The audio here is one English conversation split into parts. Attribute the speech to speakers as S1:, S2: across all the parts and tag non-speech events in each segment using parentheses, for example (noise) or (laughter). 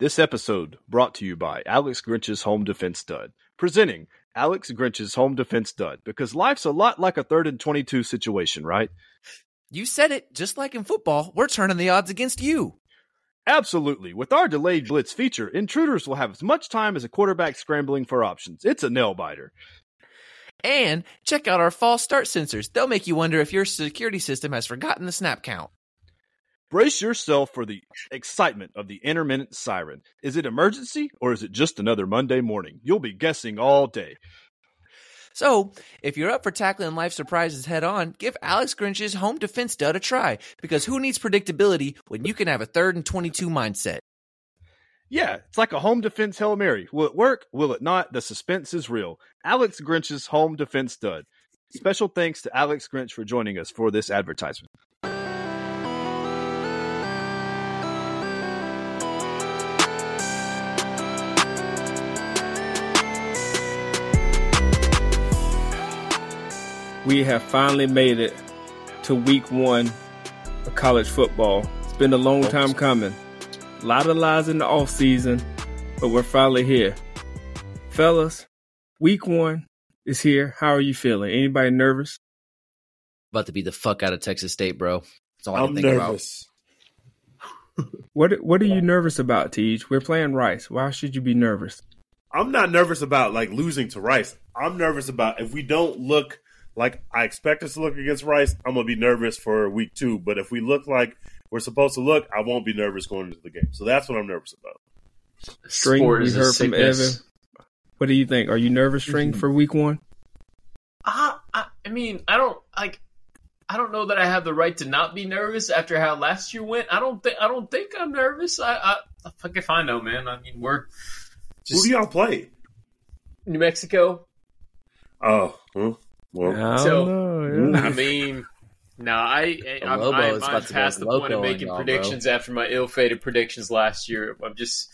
S1: This episode brought to you by Alex Grinch's Home Defense Stud. Presenting Alex Grinch's Home Defense Stud because life's a lot like a third and 22 situation, right?
S2: You said it, just like in football, we're turning the odds against you.
S1: Absolutely. With our delayed blitz feature, intruders will have as much time as a quarterback scrambling for options. It's a nail biter.
S2: And check out our false start sensors. They'll make you wonder if your security system has forgotten the snap count.
S1: Brace yourself for the excitement of the intermittent siren. Is it emergency or is it just another Monday morning? You'll be guessing all day.
S2: So, if you're up for tackling life surprises head on, give Alex Grinch's home defense stud a try because who needs predictability when you can have a third and 22 mindset?
S1: Yeah, it's like a home defense Hail Mary. Will it work? Will it not? The suspense is real. Alex Grinch's home defense stud. Special thanks to Alex Grinch for joining us for this advertisement.
S3: We have finally made it to week one of college football. It's been a long time coming. A lot of lies in the off season, but we're finally here. Fellas, week one is here. How are you feeling? Anybody nervous?
S2: About to be the fuck out of Texas State, bro. That's all I can
S4: I'm
S2: think
S4: nervous.
S3: What what are you nervous about, Tej? We're playing Rice. Why should you be nervous?
S4: I'm not nervous about like losing to Rice. I'm nervous about if we don't look like I expect us to look against Rice, I'm gonna be nervous for week two. But if we look like we're supposed to look, I won't be nervous going into the game. So that's what I'm nervous about.
S3: String,
S5: Sport
S3: we
S5: is a
S3: heard from
S5: sickness. Mm-hmm.
S3: Evan. What do you think? Are you nervous, String, for week one?
S5: I, I, I mean, I don't like. I don't know that I have the right to not be nervous after how last year went. I don't think. I don't think I'm nervous. I, I fuck if I know, man. I mean, we're
S4: Who
S5: just
S4: do y'all play?
S5: New Mexico.
S4: Oh, hmm, well,
S3: I
S5: So-
S3: know, yeah.
S5: I mean, no, I, I I'm,
S2: Lobo
S5: I'm,
S2: is
S5: I'm
S2: about to go
S5: past the point
S2: loco
S5: of
S2: on
S5: making
S2: y'all, bro.
S5: predictions after my ill-fated predictions last year. I'm just,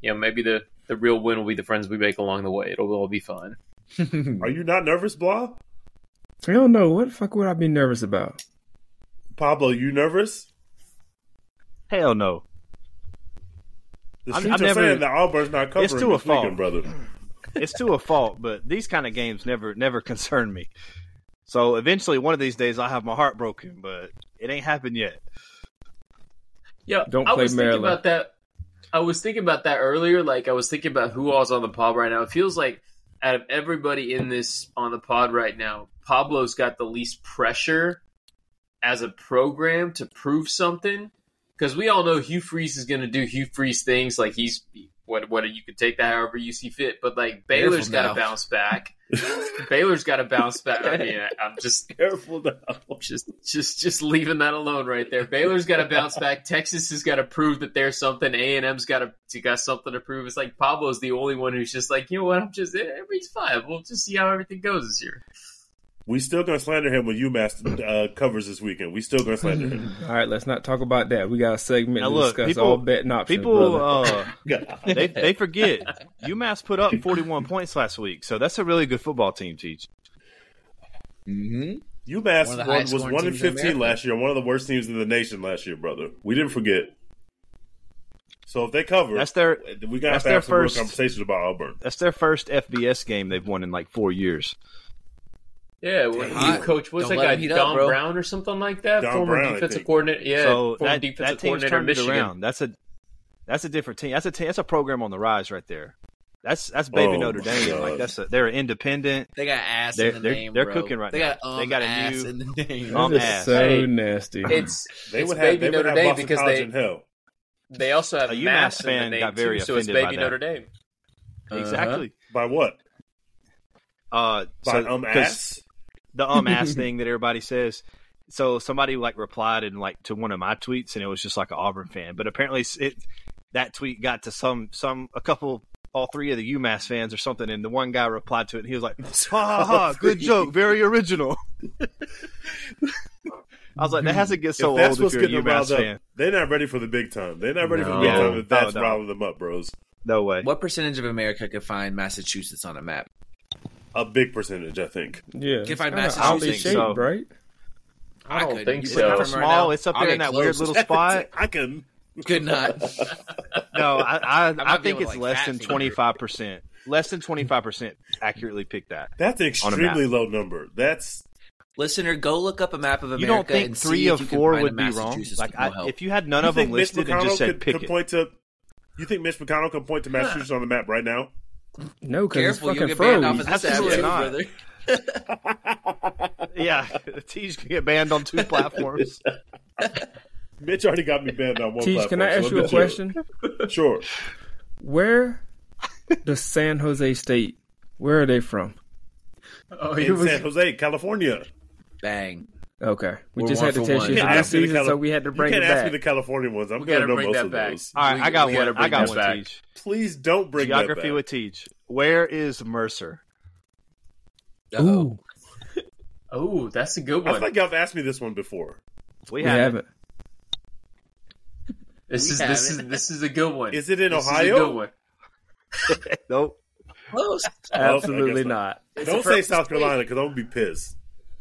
S5: you know, maybe the the real win will be the friends we make along the way. It'll all be fun.
S2: about.
S4: are you not nervous, Blah?
S3: I don't know. What the fuck would I be nervous about?
S4: Pablo, you nervous?
S1: Hell no.
S4: The
S1: I'm-
S4: streets
S1: I'm
S4: are
S1: never-
S4: saying that Auburn's not covering
S1: It's to a
S4: this
S1: fault.
S4: weekend, brother. (laughs)
S1: it's to a fault, but these kind of games never never (laughs) concern me. So eventually, one of these days, I'll have my heart broken, but it ain't happened yet.
S5: Yeah,
S3: Don't
S5: I
S3: play
S5: was
S3: Maryland.
S5: thinking about that. I was thinking about that earlier. Like I was thinking about who all's on the pod right now. It feels like out of everybody in this on the pod right now, Pablo's got the least pressure as a program to prove something. Because we all know Hugh Freeze is going to do Hugh Freeze things. Like he's what what you could take that however you see fit. But like Baylor's
S2: Careful
S5: got
S2: now.
S5: to bounce back. Baylor's got to bounce back. I
S3: (laughs)
S5: mean, I- I'm just
S4: Careful now.
S5: just just just leaving that alone right there. Baylor's got to bounce back. Texas has got to prove that there's something. A and M's got to got something to prove. It's like Pablo's the only one who's just like, you know what? I'm just eh, everything's fine. We'll just see how everything goes this year.
S4: We still gonna slander him when UMass uh, covers this weekend. We still
S1: (laughs)
S4: gonna slander him.
S3: All right, let's not talk about that. We got a segment
S1: Now
S3: to
S1: look,
S3: discuss
S1: people-
S3: all betting options.
S1: People,
S3: brother.
S1: uh, (laughs) they they forget UMass put up 41 points last week, so that's a really good football team. Teach
S2: mm-hmm.
S4: UMass
S2: One of the
S4: one
S2: highest
S4: was
S2: scoring
S4: one in
S2: teams in
S4: fifteen
S2: America.
S4: last year, one of the worst teams in the nation last year, brother. We didn't forget. So if they cover, eh,
S1: that's their
S4: we got
S1: that's
S4: to
S1: their
S4: have some real
S1: first-
S4: conversations about Auburn.
S1: that's their first FBS game they've won in like four years.
S5: Yeah, when
S2: Dang.
S5: you coach, what's
S2: Don't
S5: that
S2: let
S5: guy,
S2: him heat up,
S5: Don
S2: bro.
S5: Brown or something like that,
S4: Don
S5: former
S4: Brown, I
S5: defensive
S4: think.
S5: coordinator. Yeah,
S1: so
S5: former
S1: that
S5: defensive
S1: that team's
S5: coordinator of
S1: turned it
S5: Michigan.
S1: around. That's a that's a different team. That's a team, that's a program on the rise right there. That's that's baby
S4: Oh
S1: Notre
S4: my
S1: Dame.
S4: God.
S1: Like that's a, they're independent.
S2: They got ass
S1: They're-
S2: in the
S1: they're-
S2: name.
S1: they're
S2: bro.
S1: cooking right
S2: they Got,
S1: now.
S2: um,
S1: They got a
S2: ass
S1: new-
S2: in the
S1: (laughs)
S2: name.
S1: Um,
S3: That is
S1: ass.
S3: so
S5: Hey.
S3: nasty.
S5: It's
S4: (laughs) They
S5: it's
S4: would have
S5: baby
S4: they would
S5: Notre
S4: have
S5: Dame
S4: Boston
S5: because
S4: College
S5: they
S4: in hell.
S5: they also have
S1: A UMass
S5: mass in
S1: fan
S5: the name
S1: got very
S5: too, so it's
S1: offended by
S5: baby
S1: that.
S5: Notre Dame.
S4: Uh-huh.
S1: Exactly.
S4: By what?
S1: Uh,
S4: By
S1: so-
S4: um
S1: 'cause-
S4: ass.
S1: the um
S4: (laughs)
S1: ass thing that everybody says. So somebody like replied and like to one of my tweets, and it was just like an Auburn fan. But apparently, s- it that tweet got to some some a couple all three of the UMass fans or something, and the one guy replied to it, and he was like, "Ha ha ha, good joke, very
S4: (laughs)
S1: original." I was like, that has to get so
S4: if that's
S1: old if
S4: what's
S1: you're a
S4: getting them
S1: UMass
S4: riled up,
S1: fan.
S4: they're not ready for the big time. They're not ready for the big
S1: No.
S4: time. If
S1: No,
S4: that's
S1: no.
S4: riling them up, bros.
S1: No way.
S2: What percentage of America could find Massachusetts on a map?
S4: A big percentage, I think.
S3: yeah,
S2: Can find
S3: it's kinda
S2: Massachusetts,
S3: oddly
S1: so-
S3: shaped, right?
S5: I don't
S2: couldn't.
S5: think
S2: You
S1: It's
S2: said
S5: so.
S1: kind
S2: from
S1: of
S2: right
S1: small.
S2: now.
S1: it's up
S2: I'll
S1: there
S2: get
S1: uh, (laughs) in that
S2: close.
S1: weird little spot.
S4: I can.
S2: Good night. (laughs)
S1: No, I I,
S2: might
S1: I,
S2: be
S1: think
S2: able
S1: it's
S2: to, like,
S1: less than
S2: fat finger
S1: twenty
S2: it.
S1: five percent. Less than twenty five percent accurately pick that.
S4: That's an
S1: On a map.
S4: extremely low number. That's
S2: Listener, go look up a map of America.
S1: You don't think
S2: and
S1: three
S2: see
S1: of
S2: if you can
S1: four
S2: find a
S1: would be wrong?
S2: Massachusetts
S1: Like
S2: with no
S1: I,
S2: help.
S1: if you had none of
S4: you
S1: them
S4: think Mitch
S1: listed and
S4: McConnell
S1: just said
S4: could,
S1: pick
S4: could
S1: it.
S4: point to. You think Mitch McConnell can point to Massachusetts on the map right now?
S3: No, because it's
S2: careful, you'll
S3: fucking
S2: get banned off
S3: froze.
S2: of this app,
S1: Absolutely
S2: too,
S1: not.
S2: brother.
S1: Yeah, (laughs) T's can get banned on
S4: (laughs)
S1: two platforms.
S4: Mitch already got me banned on one.
S3: Teach, can I
S4: platform,
S3: ask
S4: so
S3: you a
S4: Mitch,
S3: question?
S4: (laughs) Sure.
S3: Where does San Jose State? Where are they from?
S5: Oh,
S4: In San Jose, California.
S2: Bang.
S3: Okay, we
S2: We're
S3: just
S2: one
S3: had to
S2: for
S3: test
S2: one.
S3: you
S2: Yeah,
S3: for
S4: I
S3: last
S4: feel the
S3: season,
S4: Cali-
S3: so we had to bring
S4: you
S3: it
S4: can't ask
S3: back.
S4: me the California ones. I'm
S5: We
S4: gonna
S5: gotta
S4: know
S5: bring
S4: most
S5: that
S4: of
S5: back.
S4: those.
S1: All right,
S5: We-
S1: I got
S5: we
S1: one.
S5: gotta
S1: I
S5: bring
S1: got
S5: that
S1: one.
S5: back.
S1: Teach.
S4: Please don't bring that
S1: Geography
S4: back.
S1: with Teach. Where is Mercer?
S2: Uh-oh.
S3: Ooh,
S5: Oh, that's a good
S4: I feel
S5: one.
S4: like y'all have asked me this one before.
S1: We
S3: we
S1: have.
S3: haven't.
S5: This
S2: We
S5: is
S2: have it.
S5: this is this is a good one.
S4: Is it in
S5: This is a
S4: Ohio?
S5: good one.
S1: Nope,
S2: Close.
S3: Absolutely
S4: Oh, guess
S3: not.
S4: don't say South Carolina because I'm gonna be pissed.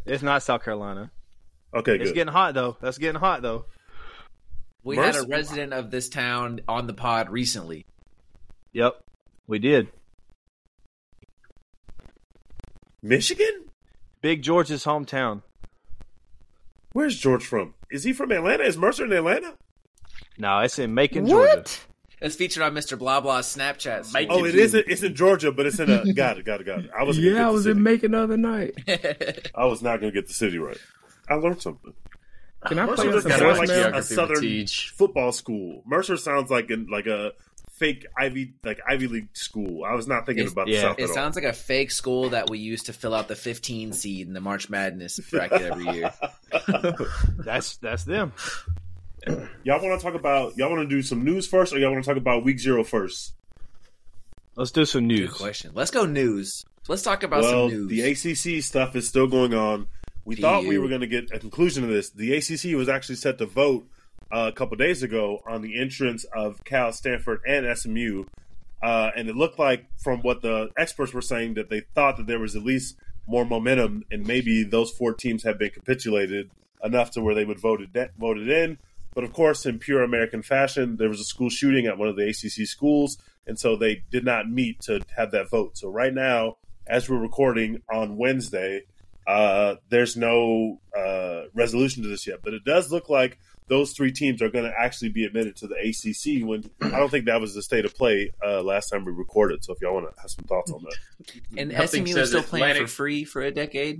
S1: it's not South Carolina.
S4: Okay,
S1: It's
S4: good.
S1: getting hot though. That's getting hot though.
S2: We had
S4: Merciful.
S2: a resident of this town on the pod recently.
S1: Yep, we did.
S4: Michigan?
S1: Big George's hometown.
S4: Where's George from? Is he from Atlanta? Is Mercer in Atlanta?
S1: No, it's in Macon, Georgia.
S3: What?
S2: It's featured on Mr. Blah Blah's Snapchat.
S5: Mike-
S4: Oh, it is. It's in Georgia, but it's in
S5: (laughs)
S4: a. got it. Got it. Got it. I was.
S3: Yeah, I was in
S4: May.
S3: Macon the other night.
S2: (laughs)
S4: I was not gonna get the city right. I learned something.
S3: Can I
S4: Mercer
S3: play us
S4: doesn't
S3: some
S5: Gotta
S4: sound
S5: watch
S3: voicemail?
S4: like a,
S5: Geography with
S4: southern
S5: Teach.
S4: football school. Mercer sounds like an like a fake Ivy like Ivy League school. I was not thinking
S2: It's-
S4: about
S1: yeah,
S4: the South
S2: It
S4: at all.
S2: sounds like a fake school that we used to fill out the 15 seed in the March Madness bracket every
S1: (laughs)
S2: year.
S1: That's that's them.
S4: Y'all want to talk about? Y'all want to do some news first, or y'all want to talk about Week Zero first?
S1: Let's do some
S2: Good
S1: news.
S2: question. Let's go news. Let's talk about
S4: well,
S2: some news.
S4: the ACC stuff is still going on. We thought we
S2: PU.
S4: were going to get a conclusion to this. The ACC was actually set to vote uh, a couple days ago on the entrance of Cal, Stanford, and SMU, uh, and it looked like, from what the experts were saying, that they thought that there was at least more momentum, and maybe those four teams have been capitulated enough to where they would vote it de- vote it in. But of course, in pure American fashion, there was a school shooting at one of the ACC schools, and so they did not meet to have that vote. So right now, as we're recording on Wednesday, uh, there's no uh, resolution to this yet. But it does look like those three teams are going to actually be admitted to the ACC. When I don't think that was the state of play uh, last time we recorded. So if y'all want to have some thoughts on that,
S2: and
S5: Nothing
S2: SMU
S5: says
S2: was still playing for
S5: Atlantic-
S2: free for a decade.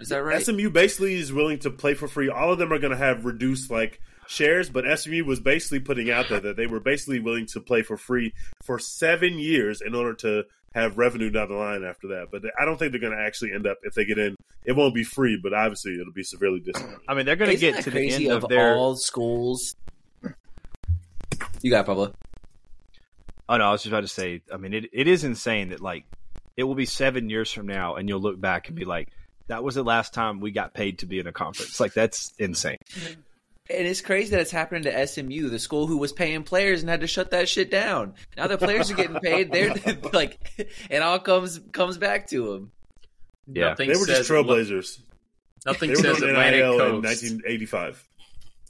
S2: Is that right?
S4: SMU basically is willing to play for free. All of them are going to have reduced like shares, but SMU was basically putting out there that they were basically willing to play for free for seven years in order to have revenue down the line after that. But I don't think they're going to actually end up if they get in. It won't be free, but obviously it'll be severely discounted.
S1: I mean, they're going to
S2: Isn't
S1: get
S2: that
S1: to the
S2: crazy
S1: end of,
S2: of
S1: their.
S2: all schools. You got it, Pablo.
S1: Oh no, I was just about to say. I mean, it, it is insane that like it will be seven years from now, and you'll look back and be like, "That was the last time we got paid to be in a conference." Like that's insane.
S2: And it's crazy that it's happening to SMU, the school who was paying players and had to shut that shit down. Now the players are getting paid.
S1: (laughs)
S2: They're (laughs) like, it all comes comes back to them.
S1: Yeah.
S5: Nothing
S4: They were
S5: says
S4: just trailblazers.
S5: Nothing
S4: They were
S5: says
S4: doing
S5: Atlantic
S4: NIL in
S5: Coast.
S4: 1985.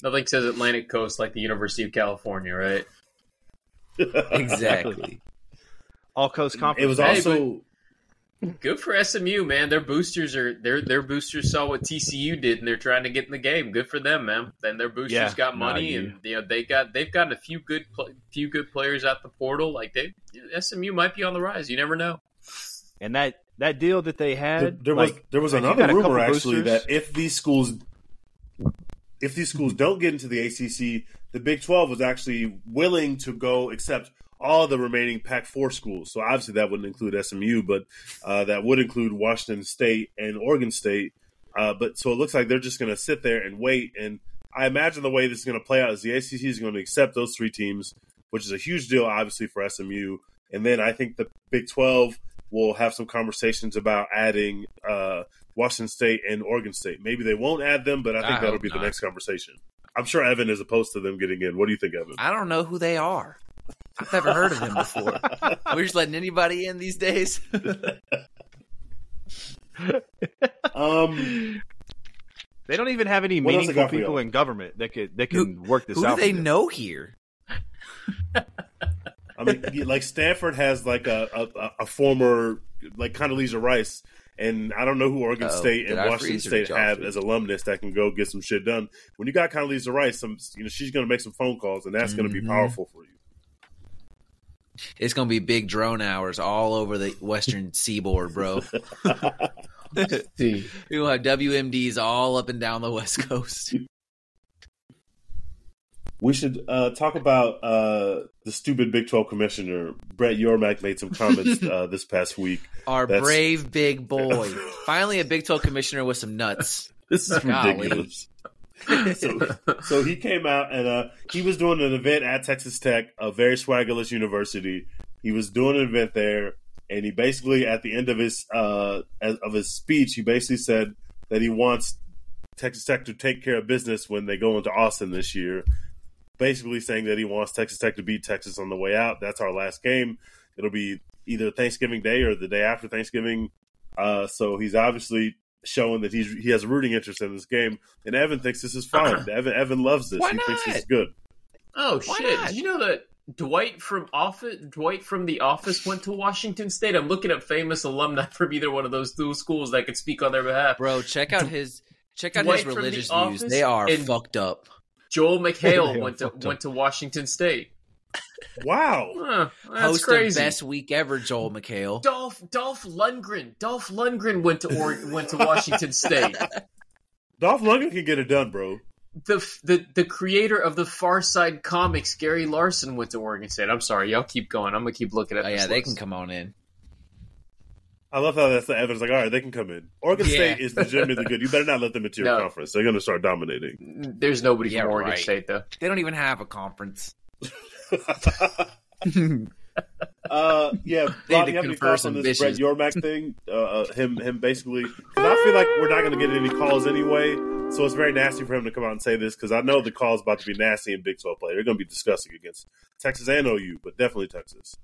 S5: Nothing says Atlantic Coast like the University of California, right?
S1: (laughs)
S2: Exactly.
S1: All coast conference.
S4: (laughs) It was
S5: Hey,
S4: also
S5: Good for SMU, man. Their boosters are their their boosters saw what TCU did, and they're trying to get in the game. Good for them, man. Then their boosters
S1: Yeah,
S5: got
S1: nah,
S5: money,
S1: you-
S5: and you know they got they've gotten a few good pl- few good players out the portal. Like they SMU might be on the rise. You
S4: (laughs)
S5: never know.
S1: and that that deal that they
S4: there,
S1: had.
S4: there
S1: like,
S4: was there was
S1: like, you
S4: another
S1: got a couple
S4: rumor actually
S1: boosters.
S4: that if these schools if these schools don't get into the ACC, the Big Twelve was actually willing to go accept all the remaining Pac four schools. So obviously that wouldn't include SMU, but uh, that would include Washington State and Oregon State. Uh, but so it looks like they're just going to sit there and wait. And I imagine the way this is going to play out is the ACC is going to accept those three teams, which is a huge deal, obviously for SMU. And then I think the Big Twelve will have some conversations about adding uh, Washington State and Oregon State. Maybe they won't add them, but I
S2: I
S4: think
S2: hope
S4: that'll be the
S2: not.
S4: next conversation. I'm sure Evan is opposed to them getting in. What do you think, Evan?
S2: (laughs) I don't know who they are. I've never heard of
S1: (laughs)
S2: them before. We're just letting anybody in these days.
S4: Um,
S1: They don't even have any
S4: What else they
S1: meaningful
S4: got for
S1: people
S4: y'all?
S1: in government that could that
S2: Who-
S1: can work this
S2: Who do
S1: out.
S2: they
S1: for them.
S2: know here?
S4: I mean, you- like Stanford has like a a, a- a former like Condoleezza Rice, and I don't know who Oregon
S2: Uh-oh,
S4: State
S2: did
S4: and
S2: I
S4: Washington
S2: freeze or
S4: State
S2: did y'all
S4: have
S2: freeze?
S4: as alumnus that can go get some shit done. When you got Condoleezza Rice, some you know she's going to make some phone calls, and that's going to be
S2: Mhm.
S4: powerful for you.
S2: It's gonna be big drone hours all over the western (laughs) seaboard, bro.
S3: (laughs) See,
S2: We will have WMDs all up and down the west coast.
S4: We should uh, talk about uh, the stupid Big Twelve commissioner Brett Yormack made some (laughs) comments uh, this past week.
S2: Our
S4: That's-
S2: brave big
S3: (laughs)
S2: boy. Finally, a Big 12 commissioner with some nuts.
S4: This is
S2: Golly.
S4: ridiculous. (laughs) so, so he came out and uh, he was doing an event at Texas Tech, a very swaggerless university. He was doing an event there, and he basically at the end of his uh, as, of his speech, he basically said that he wants Texas Tech to take care of business when they go into Austin this year. Basically, saying that he wants Texas Tech to beat Texas on the way out. That's our last game. It'll be either Thanksgiving Day or the day after Thanksgiving. Uh, so he's obviously showing that he's he has a rooting interest in this game. And Evan thinks this is fine. Evan Evan loves this.
S2: Uh-huh. Why
S4: he thinks
S2: not?
S4: this is good.
S5: Oh
S2: Why
S5: shit!
S2: not?
S5: Did you know that Dwight from Office, Dwight from The Office, went to Washington State? I'm looking up famous alumni from either one of those two schools that could speak on their behalf.
S2: Bro, check out his check out
S5: Dwight
S2: his
S5: from The
S2: religious views.
S5: Office
S2: They are
S5: and-
S2: fucked up. (laughs)
S5: Joel McHale
S1: Yeah,
S5: went to
S1: fucked up.
S5: went to Washington State.
S4: Wow.
S5: Huh, that's
S2: Host
S5: crazy.
S2: of best week ever, Joel McHale.
S5: Dolph Dolph Lundgren. Dolph Lundgren went to
S2: (laughs)
S5: or- went to Washington State.
S4: Dolph Lundgren can get it done, bro.
S5: The, f- the the creator of the Far Side comics, Gary Larson, went to Oregon State. I'm sorry, y'all keep going. I'm gonna keep looking at.
S2: Oh
S5: this
S2: yeah, they
S5: list.
S2: can come on in.
S4: I love how that's the Evan's like, all right, they can come in. Oregon
S2: Yeah.
S4: State is legitimately good. You better not let them into your
S5: No.
S4: conference. They're gonna start dominating.
S2: (laughs)
S5: There's nobody
S2: Yeah,
S5: from Oregon
S2: right.
S5: State
S2: (laughs)
S5: though.
S2: They don't even have a conference.
S4: Uh, yeah,
S2: They need to
S4: Bob, you have any
S2: confer
S4: thoughts
S2: some
S4: on this Brett
S2: bitches.
S4: Yormack thing? Uh, uh, him, him, basically, because I feel like we're not going to get any calls anyway. So it's very nasty for him to come out and say this because I know the call's about to be nasty in Big Twelve play. They're going to be discussing against Texas and OU, but definitely Texas.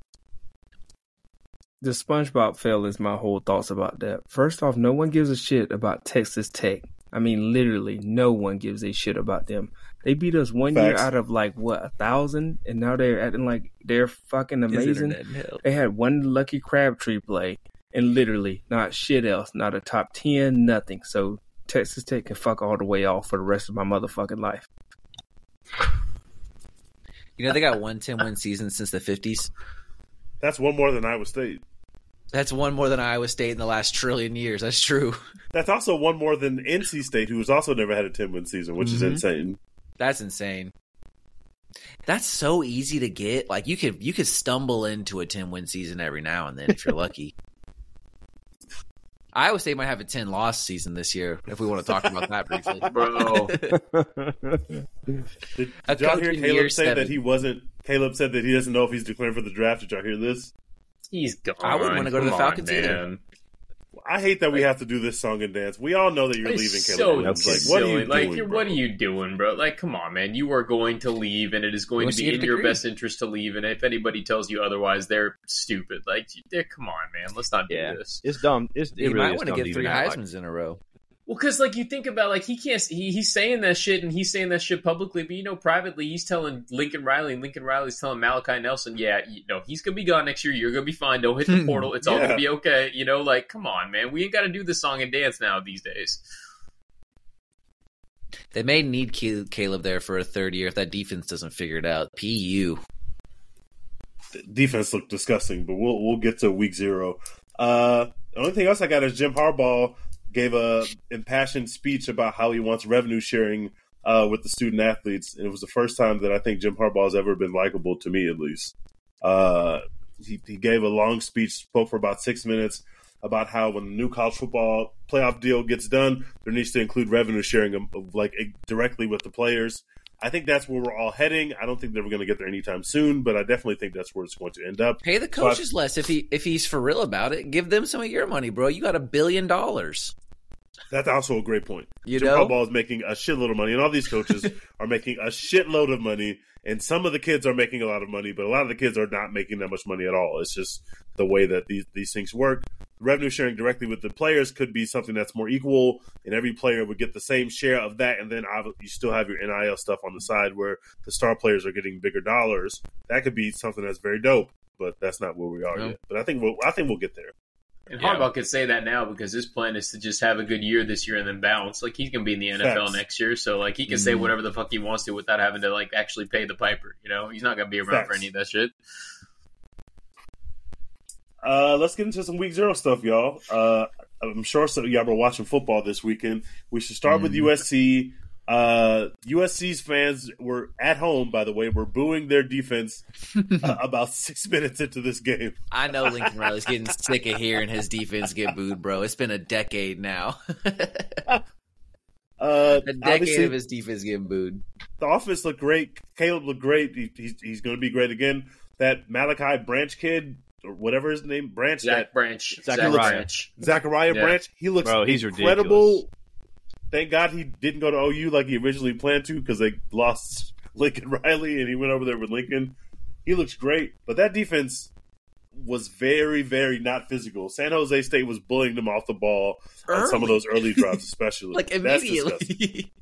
S3: the SpongeBob fail is my whole thoughts about that. First off, no one gives a shit about Texas Tech. I mean, literally, no one gives a shit about them. They beat us one year
S4: Facts.
S3: out of like what a thousand, and now they're acting like they're fucking amazing. They had one lucky Crabtree play, and literally not shit else, not a top ten, nothing. So Texas Tech can fuck all the way off for the rest of my motherfucking life.
S2: You know they got one 10 win season since the 50s.
S4: That's one more than Iowa State.
S2: That's one more than Iowa State in the last trillion years. That's true.
S4: That's also one more than NC State, who has also never had a ten win season, which is
S5: Mm-hmm.
S2: Mhm.
S4: insane.
S2: That's insane. That's so easy to get. Like you could you could stumble into a ten win season every now and then if you're
S1: (laughs)
S2: lucky. Iowa State might have a ten loss season this year if we want to talk about that
S1: (laughs)
S2: briefly.
S5: Bro,
S4: Did,
S2: A
S4: did y'all
S2: coach
S4: hear
S2: in year
S4: Caleb say
S2: seven.
S4: that he wasn't? Caleb said that he doesn't know if he's declaring for the draft. Did y'all hear this?
S5: he's gone.
S2: I wouldn't wanna go to the
S5: Come
S2: Falcons
S5: on,
S2: either.
S5: man.
S4: I hate that we have to do this song and dance. We all know that you're
S5: It's
S4: leaving, Caleb.
S5: So
S4: Williams.
S5: silly.
S4: like, what are you
S5: like,
S4: doing?
S5: you're-
S4: bro?
S5: what are you doing, bro? Like, come on, man. You are going to leave, and it is going
S2: You
S5: to
S2: must
S5: be
S2: get a
S5: in your
S2: degree.
S5: best interest to leave. And if anybody tells you otherwise, they're stupid. Like, they're, come on, man. Let's not do
S1: Yeah.
S5: this.
S1: (laughs) It's dumb. It's, it
S2: You
S1: really
S2: might
S1: is
S2: want to
S1: dumb
S2: get
S1: even
S2: three
S1: act like-
S2: Heisman's in a row.
S5: Well, because like you think about like he can't. He, he's saying that shit, and he's saying that shit publicly. But you know, privately, he's telling Lincoln Riley, and Lincoln Riley's telling Malachi Nelson, "Yeah, you know, he's gonna be gone next year. You're gonna be fine. Don't hit
S2: (laughs)
S5: the portal. It's all
S4: Yeah.
S5: gonna be okay." You know, like, come on, man. We ain't got to do the song and dance now these days.
S2: They may need Ke- Caleb there for a third year if that defense doesn't figure it out. PU.
S4: Defense looked disgusting, but we'll we'll get to week zero. Uh, the only thing else I got is Jim Harbaugh gave a impassioned speech about how he wants revenue sharing uh, with the student athletes, and it was the first time that I think Jim Harbaugh has ever been likable to me, at least. Uh, he, he gave a long speech, spoke for about six minutes about how when the new college football playoff deal gets done, there needs to include revenue sharing, um, of, like directly with the players. I think that's where we're all heading. I don't think that we're going to get there anytime soon, but I definitely think that's where it's going to end up.
S2: Pay the
S4: So I-
S2: coaches less if he if he's for real about it. Give them some of your money, bro. You got a billion dollars.
S4: That's also a great point.
S2: You
S4: Jim
S2: know?
S4: Harbaugh is making a shitload of money, and all these
S2: (laughs)
S4: coaches are making a shitload of money. And some of the kids are making a lot of money, but a lot of the kids are not making that much money at all. It's just the way that these these things work. revenue sharing directly with the players could be something that's more equal, and every player would get the same share of that. And then obvi- you still have your NIL stuff on the side where the star players are getting bigger dollars. That could be something that's very dope, but that's not where we are
S5: No.
S4: yet. But I think we'll, I think we'll get there.
S5: And
S2: Yeah.
S5: Harbaugh could say that now because his plan is to just have a good year this year and then bounce. Like he's gonna be in the NFL
S4: Facts.
S5: next year, so like he can say
S3: Mhm.
S5: whatever the fuck he wants to without having to like actually pay the piper. You know, he's not gonna be around for
S4: Facts.
S5: any of that shit.
S4: Uh, let's get into some week zero stuff, y'all. Uh, I'm sure so y'all were watching football this weekend. We should start with
S2: Mm-hmm.
S4: USC. Uh, USC's fans were at home, by the way, were booing
S2: (laughs)
S4: their defense uh, about six (laughs) minutes into this game.
S2: I know Lincoln Riley's getting sick of hearing his defense get booed, bro. It's been a decade now. (laughs)
S4: Uh,
S2: a decade
S4: obviously,
S2: of his defense getting booed.
S4: the offense looked great. Caleb looked great. He, he's he's going to be great again. That Malachi Branch kid, or whatever his name, Branch, that
S5: Zach Branch, Zach,
S1: Ryan.
S5: Branch.
S4: Zachariah
S5: Yeah.
S4: Branch. He looks
S1: Bro, he's
S4: incredible.
S1: ridiculous.
S4: Thank God he didn't go to OU like he originally planned to because they lost (laughs) Lincoln Riley and he went over there with Lincoln. He looks great, but that defense was very, very not physical. San Jose State was bullying them off the ball on some of
S2: Early.
S4: those early drives, especially.
S2: (laughs) Like
S4: That's disgusting.
S2: immediately.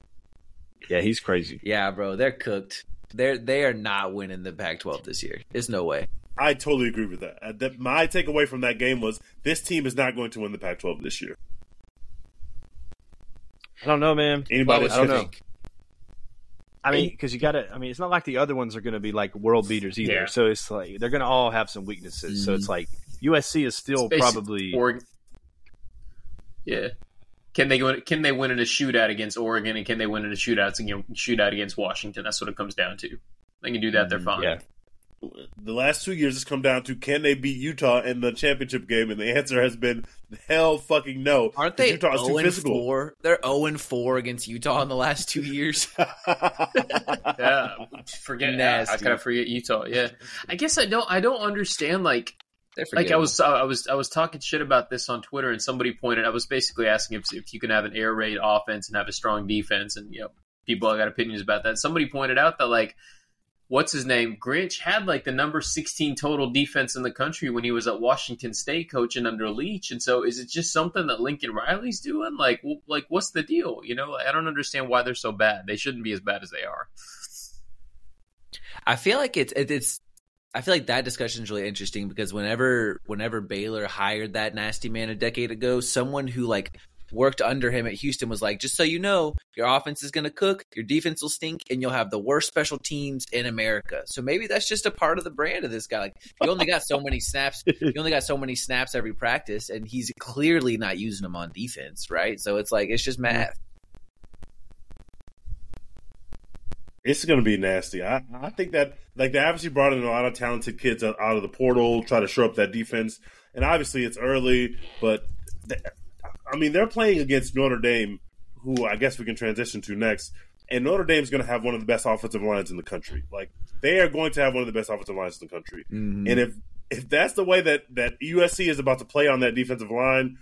S1: Yeah, he's crazy.
S2: (laughs) yeah, bro, they're cooked. They're they are not winning the Pac-12 this year. There's no way.
S4: I totally agree with that. Uh, that. My takeaway from that game was this team is not going to win the Pac-12 this year.
S1: I don't know, man.
S4: Anybody?
S1: I don't
S4: else?
S1: know. I mean, because you got to. I mean, it's not like the other ones are going to be like world beaters either.
S5: Yeah.
S1: So it's like they're going to all have some weaknesses. So it's like USC is still
S5: It's basically
S1: probably.
S5: Oregon. Yeah. Can they go? Can they win in a shootout against Oregon, and can they win in a shootout against shootout against Washington? That's what it comes down to. They can do that; they're fine.
S1: yeah.
S4: the last two years has come down to can they beat Utah in the championship game, and the answer has been hell fucking no.
S2: Aren't
S4: 'Cause
S2: they 0 and 4? They're 0 and 4 against Utah in the last 2 years. (laughs)
S5: yeah, forget.
S2: Nasty.
S5: I kind of forget Utah. Yeah, I guess I don't. I don't understand. Like,
S2: They're
S5: like I was, I was, I was talking shit about this on Twitter, and somebody pointed. I was basically asking if, if you can have an air raid offense and have a strong defense, and you know, people got opinions about that. Somebody pointed out that like, what's his name, Grinch had like the number sixteen total defense in the country when he was at Washington State coaching under Leach, and so is it just something that Lincoln Riley's doing? Like, w- like what's the deal? You know, I don't understand why they're so bad. They shouldn't be as bad as they are.
S2: I feel like it's it, it's. I feel like that discussion is really interesting because whenever whenever Baylor hired that nasty man a decade ago, someone who like worked under him at Houston was like, just so you know, your offense is going to cook, your defense will stink, and you'll have the worst special teams in America. So maybe that's just a part of the brand of this guy. Like you only got so many snaps, you only got so many snaps every practice, and he's clearly not using them on defense, right? So it's like it's just math.
S4: (laughs) It's going to be nasty. I, I think that like they obviously brought in a lot of talented kids out, out of the portal, try to shore up that defense, and obviously it's early, but th- I mean they're playing against Notre Dame, who I guess we can transition to next. And Notre Dame's going to have one of the best offensive lines in the country. Like they are going to have one of the best offensive lines in the country. And if if that's the way that that USC is about to play on that defensive line,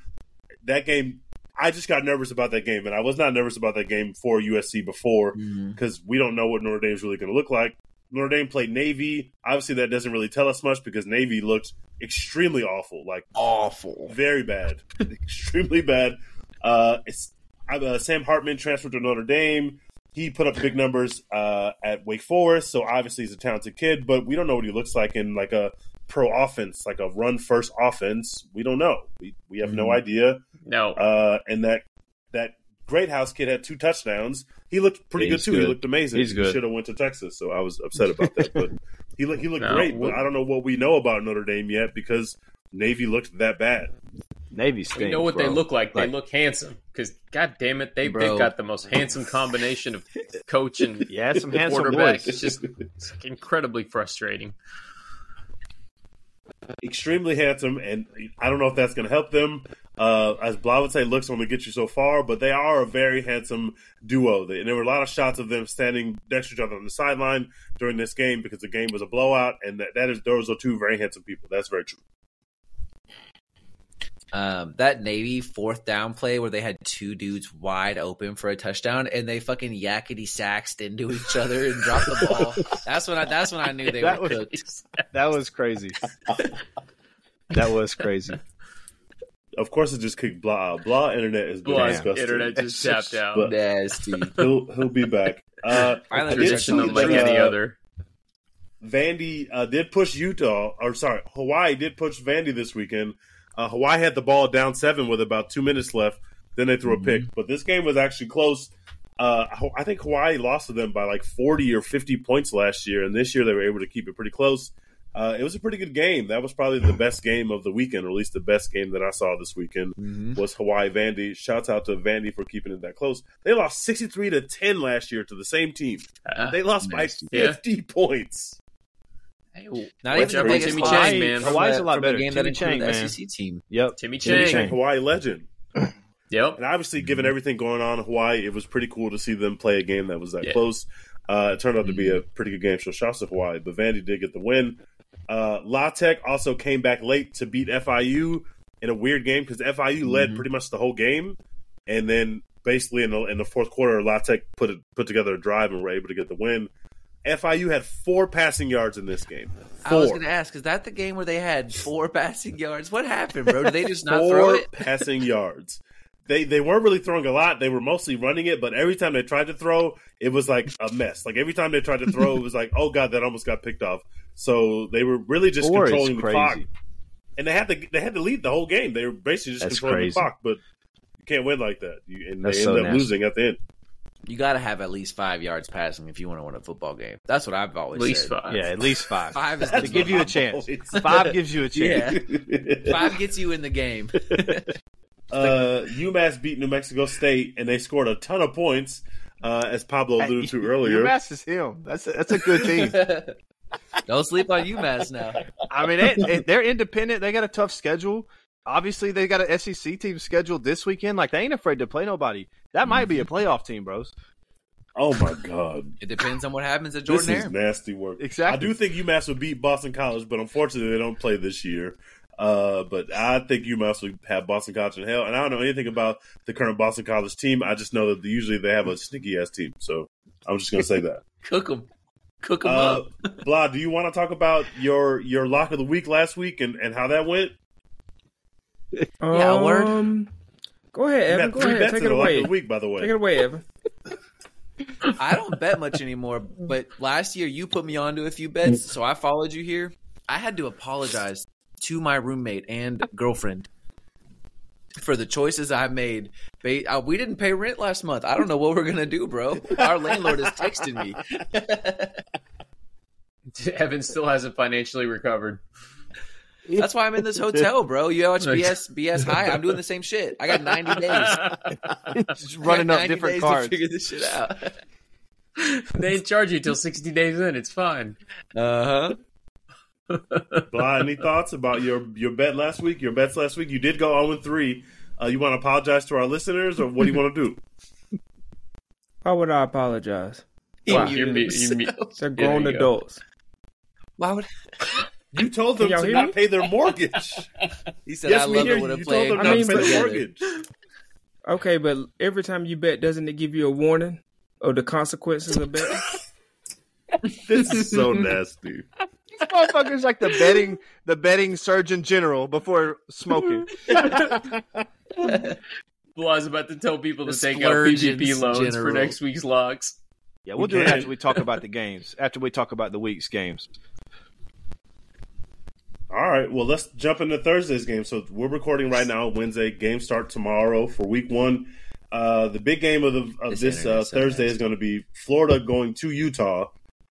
S4: that game I just got nervous about that game, and I was not nervous about that game for USC before because we don't know what Notre Dame's really going to look like. Notre Dame played Navy. Obviously, that doesn't really tell us much because Navy looked extremely awful, like
S2: Awful.
S4: very bad, extremely bad. Uh, it's, uh, Sam Hartman transferred to Notre Dame. He put up big numbers uh, at Wake Forest, so obviously he's a talented kid. But we don't know what he looks like in like a pro offense, like a run first offense. We don't know. We we have no idea.
S5: No,
S4: Uh, and that that Great House kid had two touchdowns. He looked pretty
S1: He's
S4: good too. He
S1: good.
S4: looked amazing.
S1: He's good.
S4: Should have went to Texas, so I was upset about that.
S1: (laughs)
S4: But he looked he looked
S5: No,
S4: great. But
S5: what-
S4: I don't know what we know about Notre Dame yet because Navy looked that bad.
S1: Navy stinks.
S5: you know what they
S1: bro.
S5: look like. They
S1: Like-
S5: look handsome because, god damn it, they
S2: Bro.
S5: they've got the most handsome combination of coach and
S1: Yeah,
S5: (laughs)
S1: some handsome
S5: quarterback.
S1: boys.
S5: It's just it's incredibly frustrating.
S4: extremely handsome, and I don't know if that's going to help them. Uh, as Blavate looks only get you so far, but they are a very handsome duo. They, and there were a lot of shots of them standing next to each other on the sideline during this game because the game was a blowout, and that, that is those are two very handsome people. That's very true.
S2: um, that Navy fourth down play where they had two dudes wide open for a touchdown and they fucking yakety saxed into each other and dropped the
S1: (laughs)
S2: ball. That's when I that's when I knew they
S1: That
S2: were
S1: was- (laughs)
S2: cooked.
S1: That was crazy. that was crazy.
S4: Of course, it just kicked blah out. Blah internet is
S5: Blah,
S4: blah,
S1: Yeah.
S4: disgusting.
S5: internet just tapped out.
S4: But-
S2: Nasty.
S4: (laughs) He'll he'll be back. Uh,
S2: Islanders
S4: did
S2: are
S5: Tradition
S4: see
S5: unlike
S4: that,
S5: any
S4: uh,
S5: other.
S4: Vandy uh, did push Utah, or sorry, Hawaii did push Vandy this weekend. Uh, Hawaii had the ball down seven with about two minutes left. Then they threw a
S5: Mm-hmm.
S4: pick, but this game was actually close. Uh, Ho- I think Hawaii lost to them by like forty or fifty points last year, and this year they were able to keep it pretty close. Uh, it was a pretty good game. That was probably the best game of the weekend, or at least the best game that I saw this weekend
S2: Mhm.
S4: was Hawaii Vandy. Shouts out to Vandy for keeping it that close. They lost sixty three to ten last year to the same team.
S5: Uh,
S4: They lost
S6: Nasty.
S4: by
S5: Yeah.
S4: fifty points.
S5: hey,
S2: Not even
S5: Watch out
S2: the
S5: for
S2: biggest
S5: Timmy
S2: loss
S5: Chang,
S2: from
S5: man.
S2: the-
S1: Hawaii's a lot
S2: from
S1: better.
S2: game
S1: Timmy
S2: that included
S1: Chang,
S2: the
S1: man.
S2: SEC E team.
S1: Yep.
S5: Timmy
S1: Timmy
S5: Chang.
S1: Chang.
S4: Hawaii legend.
S5: Yep. Mm-hmm.
S4: And obviously, given everything going on in Hawaii, it was pretty cool to see them play a game that was that
S5: Yeah. Mm-hmm.
S4: close. Uh, it turned out to be a pretty good game. So shouts to Hawaii, but Vandy did get the win. Uh, La Tech also came back late to beat FIU in a weird game because FIU
S5: Mm-hmm.
S4: led pretty much the whole game, and then basically in the, in the fourth quarter, La Tech put it, put together a drive and were able to get the win. FIU had four passing yards in this game.
S2: I was
S4: Four.
S2: going to ask, is that the game where they had four (laughs) passing yards? What happened, bro? Did they just not throw
S4: four
S2: it? (laughs)
S4: passing yards. They they weren't really throwing a lot. They were mostly running it, but every time they tried to throw, it was like a mess. Like every time they tried to throw, it was like, oh god, that almost got picked off. So they were really just
S1: Four is
S4: controlling the
S1: crazy.
S4: clock, and they had to they had to lead the whole game. They were basically just
S1: That's
S4: controlling
S1: crazy.
S4: the clock, but you can't win like that. You, and
S1: That's
S4: they
S1: so
S4: end up
S1: nasty.
S4: losing at the end.
S2: You got to have at least five yards passing if you want to win a football game. That's what I've
S5: At
S2: always
S5: least
S2: said.
S5: five.
S1: Yeah, at least five.
S2: Five is
S1: to
S2: the
S1: give you a
S4: (laughs)
S1: chance. Five gives you a chance.
S2: Yeah. Five gets you in
S1: (laughs)
S2: the game.
S4: uh, UMass beat New Mexico State, and they scored a ton of points, uh, as Pablo alluded to
S1: (laughs)
S4: earlier.
S1: UMass is him. That's a, that's a good team.
S2: Don't sleep on UMass now.
S1: I mean, it, it- they're independent. They got a tough schedule. Obviously, they got an SEC team scheduled this weekend. Like they ain't afraid to play nobody. That might
S4: Mm-hmm.
S1: be a playoff team, bros.
S4: oh my god.
S2: It depends on what happens at Jordan
S4: this is
S2: Air.
S4: nasty work. I
S1: Exactly.
S4: do think UMass would beat Boston College, but unfortunately, they don't play this year. Uh, but I think UMass would have Boston College in hell, and I don't know anything about the current Boston College team. I just know that usually they have a sneaky ass team, so I'm just gonna
S3: (laughs)
S4: say that.
S2: Cook them. Cook them
S4: uh,
S2: up.
S4: Blah, do you want to talk about your your lock of the week last week and, and how that went?
S2: Yeah, a word.
S3: Um, Go ahead,
S4: You
S3: Evan.
S4: had
S3: Go
S4: three
S3: ahead.
S4: bets
S3: Take
S4: in
S3: it
S4: the lock
S3: away.
S4: of the
S3: Take
S4: week, by the
S3: it
S4: way.
S3: away, Evan.
S2: I don't bet much anymore, but last year you put me onto a few bets, so I followed you here. I had to apologize to my roommate and girlfriend for the choices I made. They, uh, we didn't pay rent last month. I don't know what we're gonna do, bro. Our landlord is texting me.
S5: (laughs) Evan still hasn't financially recovered. (laughs)
S2: That's why I'm in this hotel, bro. You watch BS BS High. I'm doing the same shit. I got 90 days.
S5: (laughs)
S2: I
S1: Just
S2: got
S1: running up
S2: 90
S1: different
S2: days to
S1: cards.
S2: figure this shit out.
S5: they didn't charge you till 60 days in. It's fine.
S2: Uh huh.
S4: Blah,
S3: (laughs)
S4: any thoughts about your your bet last week? Your bets last week? You did go 0 3. Uh, you want to apologize to our listeners, or what do you want
S3: (laughs)
S4: to do?
S3: Why would I apologize?
S5: Wow,
S2: He
S5: you're
S2: muted
S5: me- you're me-
S2: himself.
S3: They're
S5: there
S3: grown
S5: you go.
S3: adults.
S2: Why would
S4: You told them
S3: Can y'all
S4: to
S3: hear
S4: not
S3: me?
S4: pay their mortgage.
S2: he said I
S4: yes, we
S2: love
S4: hear
S2: it
S4: you.
S2: when a
S4: You told
S2: player
S4: them
S3: I
S4: not to
S3: mean,
S2: comes
S4: pay their
S2: together.
S4: mortgage.
S3: Okay, but every time you bet, doesn't it give you a warning of the consequences of betting?
S4: This is so nasty.
S1: This motherfucker's like the betting the betting surgeon general before smoking.
S5: Blah's about to tell people to
S2: The
S5: take out
S2: splurge
S5: PPP
S2: in
S5: loans for
S2: general.
S5: next week's locks.
S1: Yeah, we'll
S4: We
S1: do it
S4: can.
S1: after we talk about the games. After we talk about the week's games.
S4: All right, well, let's jump into Thursday's game. So we're recording right now, Wednesday. Game start tomorrow for Week One. Uh, the big game of the
S2: This
S4: of this uh,
S2: internet's so
S4: Thursday
S2: nasty.
S4: is going to be Florida going to Utah.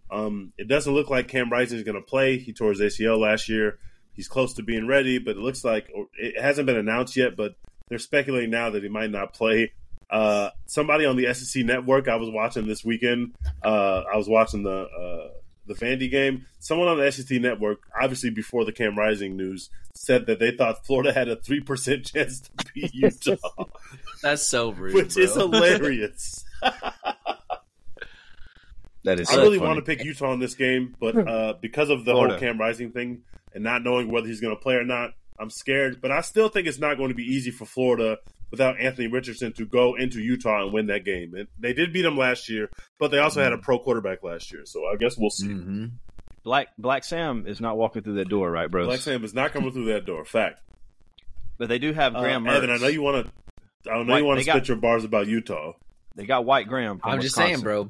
S4: Um, it doesn't look like Cam Rising is going to play. He tore his ACL last year. He's close to being ready, but it looks like or it hasn't been announced yet. But they're speculating now that he might not play. Uh, somebody on the SEC network I was watching this weekend. Uh, I was watching the uh, the Vandy game. Someone on the SEC network, obviously before the Cam Rising news, said that they thought Florida had a three percent chance to beat Utah,
S2: That's so rude.
S4: which is
S2: bro.
S4: hilarious.
S6: That is.
S4: I
S6: so
S4: really
S6: funny.
S4: want to pick Utah in this game, but uh, because of the
S1: Florida.
S4: whole Cam Rising thing and not knowing whether he's going to play or not, I'm scared. But I still think it's not going to be easy for Florida without Anthony Richardson to go into Utah and win that game. And they did beat him last year, but they also had a pro quarterback last year, so I guess we'll see.
S1: Mm-hmm.
S2: Mhm.
S1: Black Black Sam is not walking through that door, right, bros?
S4: Black Sam is not coming through that door. Fact.
S1: But they do have
S4: Uh,
S1: Graham Mertz.
S4: Evan, I know you want to. I know
S1: Wait,
S4: you want
S1: they
S4: to
S1: got-
S4: spit your bars about Utah.
S1: They got White Graham. From
S2: I'm just
S1: Wisconsin.
S2: saying, bro.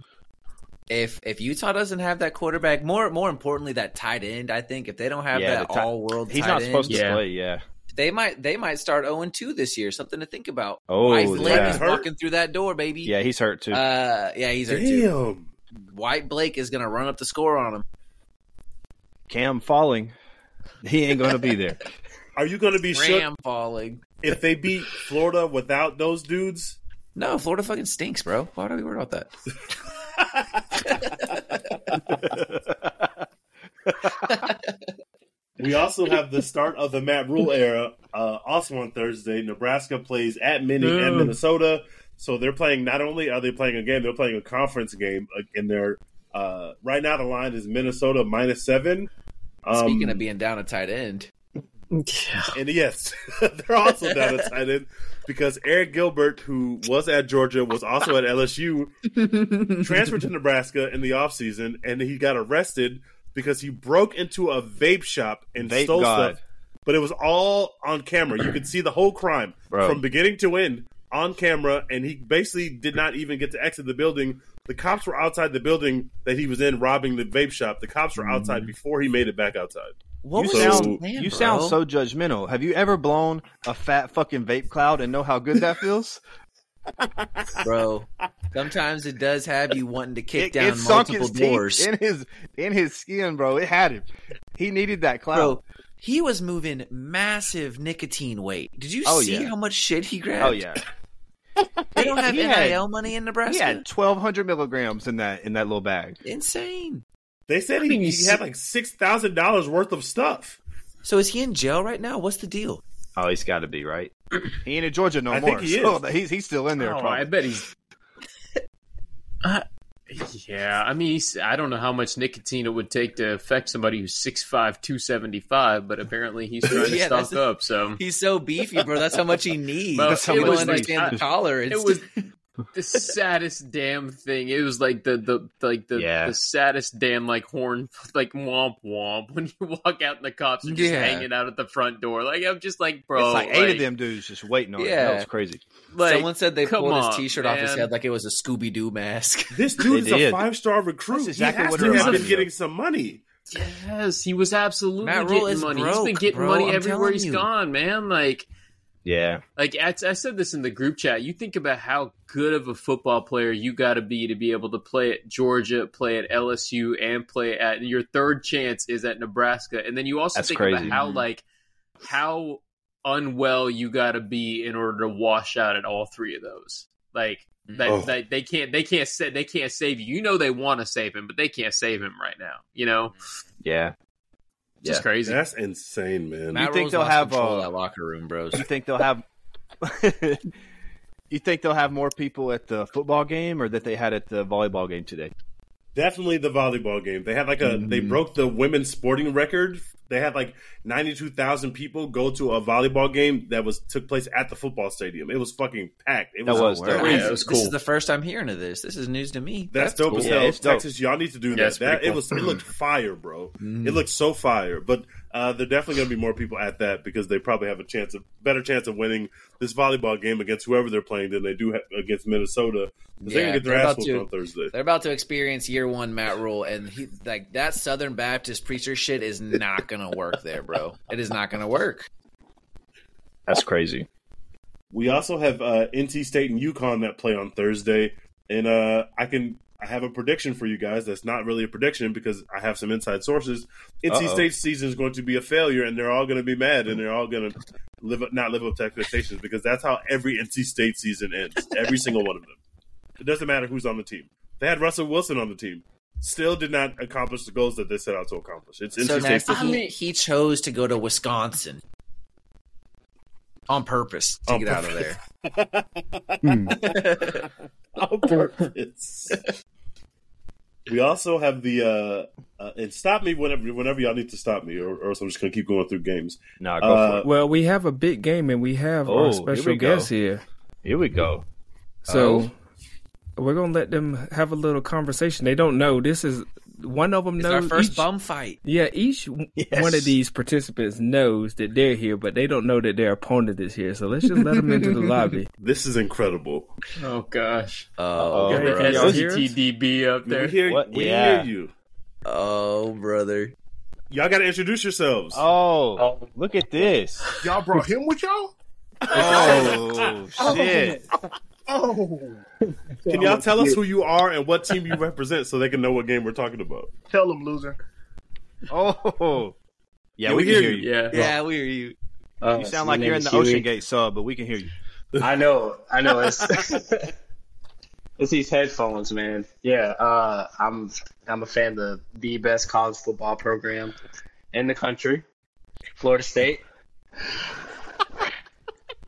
S2: If if Utah doesn't have that quarterback, more more importantly, that tight end, I think if they don't have
S1: Yeah,
S2: that
S1: the ti-
S2: all world,
S1: He's not supposed to
S5: Yeah.
S1: play. Yeah.
S2: They might they might start 0 2 this year. Something to think about.
S1: Oh,
S2: White Blake
S1: yeah.
S2: is walking through that door, baby.
S1: Yeah, he's hurt too.
S2: uh, yeah, he's there too.
S4: Damn.
S2: White Blake is gonna run up the score on him.
S1: Cam falling. He ain't going to be there.
S4: Are you going to be shook
S2: Ram falling.
S4: if they beat Florida without those dudes?
S2: No, Florida fucking stinks, bro. Why do we worry about that?
S4: We also have the start of the Matt Rule era. Uh, also on Thursday, Nebraska plays at Mini and
S5: Ooh.
S4: Minnesota. So they're playing. Not only are they playing a game, they're playing a conference game. uh, In their uh, right now, the line is Minnesota minus seven. Um,
S2: Speaking of being down a tight end,
S4: and yes, (laughs) they're also down a tight end because Eric Gilbert, who was at Georgia, was also
S1: (laughs)
S4: at LSU, transferred to Nebraska in the offseason, and he got arrested because he broke into a vape shop and
S1: Vape
S4: stole
S1: God.
S4: stuff. But it was all on camera. You could see the whole crime
S1: Bro.
S4: from beginning to end on camera, and he basically did not even get to exit the building. The cops were outside the building that he was in robbing the vape shop. The cops were outside
S1: Mm-hmm.
S4: before he made it back outside.
S2: what
S1: you
S2: was
S4: sound-
S2: his plan,
S1: you
S2: bro?
S1: sound so judgmental. Have you ever blown a fat fucking vape cloud and know how good that feels?
S2: bro. Sometimes it does have you wanting to kick
S1: it,
S2: down
S1: it sunk
S2: multiple
S1: his
S2: doors.
S1: teeth in his in his skin, bro. It had him. He needed that cloud.
S2: Bro, he was moving massive nicotine weight. Did you
S1: Oh,
S2: see
S1: yeah.
S2: how much shit he grabbed?
S1: oh yeah,
S2: They don't have
S1: He
S2: NIL
S1: had-
S2: money in
S1: he
S2: Nebraska.
S1: had twelve hundred milligrams in that in that little bag.
S2: Insane.
S4: They said
S5: I mean,
S4: he,
S5: you
S4: he
S5: see-
S4: had like six thousand dollars worth of stuff.
S2: So is he in jail right now? What's the deal?
S1: Oh, he's got to be right. (clears throat) He ain't in Georgia no
S4: I
S1: more.
S4: think he
S1: (laughs) so
S4: is.
S1: that- he's he's still in there.
S5: Oh,
S1: probably.
S5: I bet he's. (laughs) Uh, yeah, I mean, he's, I don't know how much nicotine it would take to affect somebody who's 6'5", 275, but
S2: (laughs)
S5: apparently he's trying to
S2: Yeah,
S5: stock
S2: that's the- (laughs)
S5: up. So
S2: He's so beefy, bro. That's how much (laughs) he needs.
S5: Bro,
S1: That's how
S2: you
S1: much
S2: don't
S1: he
S2: understand the
S1: needs.
S2: tolerance.
S5: it was the saddest damn thing. It was like the the like the,
S1: Yeah.
S5: the saddest damn like horn like womp womp (laughs) when you walk out and the cops are just
S2: Yeah.
S5: hanging out at the front door. Like I'm just like bro,
S1: it's like eight of them dudes just waiting on him. That
S2: Yeah.
S1: was crazy.
S5: like,
S2: Someone said they
S5: come
S2: pulled his
S5: on,
S2: T-shirt off his
S5: man.
S2: head like it was a Scooby Doo mask.
S4: This dude
S1: They
S4: is a
S1: did.
S4: five star recruit.
S1: That's exactly
S4: he has
S1: what
S5: it
S4: to have
S5: reminded
S4: been
S1: me
S4: getting
S1: of.
S4: some money.
S5: Yes, he was absolutely
S2: Matt Rule
S5: getting
S2: is
S5: money. He's been
S2: broke,
S5: getting
S2: bro.
S5: money
S2: I'm
S5: everywhere
S2: telling
S5: he's
S2: you.
S5: gone, man. Like,
S1: Yeah,
S5: like I, I said this in the group chat. You think about how good of a football player you got to be to be able to play at Georgia, play at LSU, and play at and your third chance is at Nebraska. And then you also
S1: That's
S5: think
S1: crazy.
S5: about how like how unwell you got to be in order to wash out at all three of those. Like that,
S4: Oh.
S5: that they can't they can't sa- they can't save you. You know they want to save him, but they can't save him right now. You know,
S1: yeah.
S5: it's just crazy.
S4: That's insane,
S1: Matt-
S4: man.
S2: Matt
S1: You think
S2: Rule's
S1: they'll
S2: lost
S1: have,
S2: control
S1: uh,
S2: of that locker room, bros?
S1: You think they'll have? (laughs) you think they'll have more people at the football game or that they had at the volleyball game today?
S4: Definitely the volleyball game. They had like a they
S5: Mm-hmm.
S4: broke the women's sporting record. They had like ninety two thousand people go to a volleyball game that was took place at the football stadium. It was fucking packed. It
S1: That was
S4: was,
S1: dope.
S4: crazy.
S5: Yeah, it was
S2: This
S5: cool.
S2: is the first I'm hearing of this. This is news to me.
S4: That's, dope
S1: cool.
S4: as
S1: Yeah,
S4: hell.
S1: it's dope.
S4: Texas, y'all need to do
S5: it's
S4: that.
S5: pretty
S4: That it
S5: cool.
S4: was it looked fire, bro.
S2: Mm.
S4: It looked so fire. But uh, there definitely gonna be more people at that because they probably have a chance of better chance of winning this volleyball game against whoever they're playing than they do ha- against Minnesota. 'Cause They're
S2: Yeah,
S4: gonna get their
S2: they're
S4: ass
S2: about
S4: whooped
S2: to.
S4: on Thursday.
S2: They're about to experience year one Matt Rule, and he like that Southern Baptist preacher shit is not gonna work there, bro. It is not gonna work.
S1: That's crazy.
S4: We also have uh, NC State and UConn that play on Thursday, and uh, I can I have a prediction for you guys. That's not really a prediction because I have some inside sources. NC
S1: Uh-oh.
S4: State's season is going to be a failure, and they're all going to be mad, and they're all going to live up, not live up to expectations because that's how every NC State season ends. Every single one of them. It doesn't matter who's on the team. They had Russell Wilson on the team. Still did not accomplish the goals that they set out to accomplish. It's
S2: So
S4: NC State.
S2: nasty.
S5: I
S2: He,
S5: mean-
S2: he chose to go to Wisconsin on purpose to
S4: On
S2: get out of
S6: (laughs)
S2: there.
S4: on purpose. we also have the uh, uh and stop me whenever whenever y'all need to stop me, or, or else I'm just gonna keep going through games.
S1: Nah, go for
S4: Uh,
S1: it.
S3: (coughs) Well, we have a big game and we have
S1: Oh,
S3: our
S1: here we
S3: special
S1: go.
S3: guest here.
S1: Here we go.
S3: So we're gonna let them have a little conversation. They don't know this is one of them
S2: It's
S3: knows
S2: our first
S3: each,
S2: bum fight.
S3: Yeah, each w-
S1: Yes.
S3: one of these participants knows that they're here, but they don't know that their opponent is here. So let's just let them into the lobby.
S4: This is incredible.
S5: Oh gosh.
S2: Oh,
S1: Uh-oh.
S5: Gotta
S1: Bruh.
S5: get
S3: Y'all
S5: that
S3: hear us?
S5: TDB up
S4: We
S5: there.
S4: hear,
S1: What?
S4: we
S1: Yeah.
S4: hear you.
S2: oh, brother.
S4: Y'all got to introduce yourselves.
S1: Oh, look at this.
S6: Y'all brought him with y'all?
S1: Oh, shit.
S6: Oh.
S4: Can y'all tell us who you are and what team you represent so they can know what game we're talking about?
S6: Tell him, loser.
S1: Oh. Yeah,
S4: Yeah,
S1: we, can hear you.
S5: Yeah.
S2: Yeah, we hear you.
S7: (laughs) Uh,
S1: You sound like
S7: my
S1: you're in
S7: name
S1: the
S7: is Huey.
S1: Ocean Gate sub, but we can hear you.
S7: (laughs) I know, I know. It's
S3: (laughs)
S7: it's these headphones, man. Yeah, uh, I'm I'm a fan of the best college football program in the country, Florida State.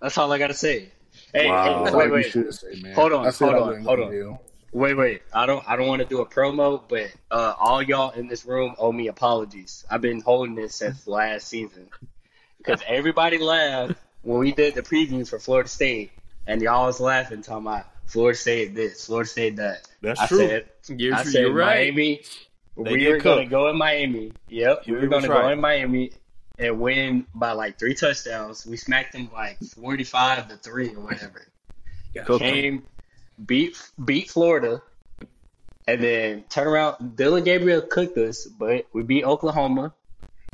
S7: That's all I gotta say. Hey,
S4: Wow.
S7: hey
S6: That's
S7: wait,
S6: all you
S7: wait,
S6: should say, man.
S7: Hold on,
S6: I said
S7: hold
S6: I
S7: on,
S6: wouldn't
S7: hold
S6: look
S7: on.
S6: at you.
S7: wait, wait. I don't I don't want to do a promo, but uh, all y'all in this room owe me apologies. I've been holding this since last season because everybody laughed when we did the preview for Florida State, and y'all was laughing talking about Florida State this, Florida State that.
S4: That's
S7: I
S4: true.
S7: said,
S5: You're,
S7: I said
S5: you're right.
S7: Miami.
S1: They
S7: we
S1: did
S7: were gonna
S1: cook.
S7: go in Miami. Yep, we
S1: Huey
S7: were gonna
S1: was
S7: go
S1: right.
S7: in Miami and win by like three touchdowns. We smacked them like forty-five to three or whatever
S1: Cook 'em.
S7: came, beat beat Florida, and then turn around. Dylan Gabriel cooked us, but we beat Oklahoma.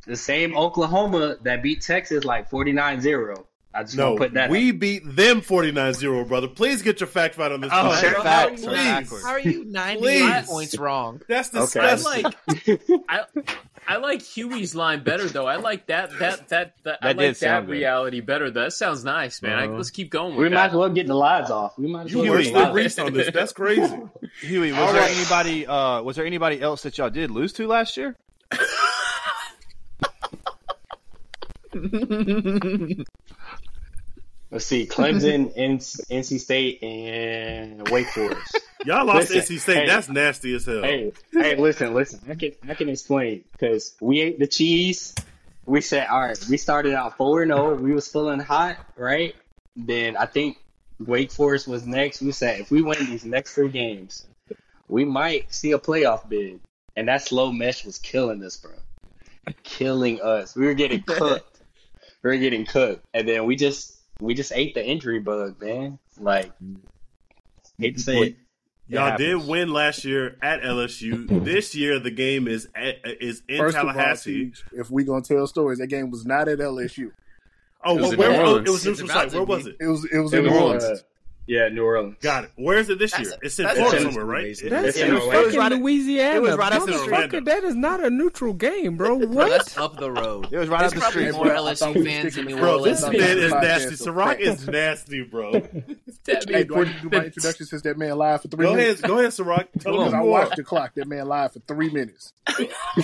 S7: The same Oklahoma that beat Texas like 49-0. I just
S4: No,
S7: want to put that.
S4: we beat them 49-0, brother. Please get your fact right on this.
S1: Oh,
S4: podcast.
S1: check facts.
S4: Please.
S1: Backwards.
S2: How are
S6: (laughs)
S2: you 99
S4: Please.
S2: points wrong?
S4: That's
S5: I
S4: disgusting.
S5: like I I like Huey's line better though. I like that that that, that, I
S1: That
S5: like
S1: did sound
S5: that
S1: good.
S5: reality better. That sounds nice, man. I,
S4: Uh-huh.
S5: let's keep going.
S7: we
S5: With
S7: might
S5: that.
S7: as well get the lies off. We might as
S4: you
S7: well.
S1: Huey.
S4: worse
S7: get the
S4: than
S7: lies off.
S4: Reese on this. That's crazy.
S1: Huey, was
S4: All
S1: there
S4: right.
S1: anybody? Uh, was there anybody else that y'all did lose to last year?
S7: Let's see, Clemson, N- NC State, and Wake Forest.
S4: Y'all lost to
S7: Listen,
S4: NC State.
S7: hey.
S4: That's nasty as hell.
S7: hey, hey, listen, listen. I can I can explain because we ate the cheese. We said, all right, we started out four and zero. We was feeling hot, right? Then I think Wake Forest was next. We said if we win these next three games, we might see a playoff bid. And that slow mesh was killing us, bro. Killing us. We were getting cooked. we were getting cooked, and then we just we just ate the injury bug, man. Like,
S6: Mm.
S7: hate to say it.
S4: Y'all did
S1: happens.
S4: win last year at LSU. this year, the game is at, is in
S6: First of all,
S4: Tallahassee.
S6: Siege, if we gonna tell stories, that game was not at LSU.
S4: oh,
S5: It was
S4: well,
S5: in
S4: where,
S5: New
S4: oh, it
S5: Orleans.
S4: was
S5: It's
S4: neutral
S5: about
S4: site.
S5: to
S4: Where
S5: be.
S4: was it?
S6: It was it was
S7: It
S6: in New
S7: was,
S6: Orleans.
S7: uh, yeah, New Orleans.
S4: Got it. Where is it this
S2: That's-
S4: year? It's in
S2: that's-
S4: Florida
S7: that's-
S4: somewhere, right?
S3: That's
S7: It's
S3: in
S7: in Orlando.
S3: fucking Louisiana.
S1: It was right up the
S3: Motherfucker,
S4: street.
S3: That is not a neutral game, bro.
S2: Bro,
S3: What?
S2: that's up the road.
S6: (laughs)
S1: It was right
S2: There's
S1: up the
S2: probably
S1: street.
S2: more
S6: Hey, bro, I thought
S2: LSU
S6: we
S2: fans in
S6: sticking
S2: New
S6: it.
S4: Bro,
S2: Orleans.
S4: this man is
S6: Podcast,
S4: nasty.
S6: so
S4: Ciroc
S6: thanks.
S4: is nasty, bro.
S5: That
S6: Hey,
S5: mean,
S6: do I need to do my introduction since that man lied for three
S4: Go
S6: minutes?
S4: ahead, go ahead, Ciroc. Tell
S6: Because
S4: him
S6: I
S4: more.
S6: watched the clock. That man lied for three minutes.
S4: (laughs)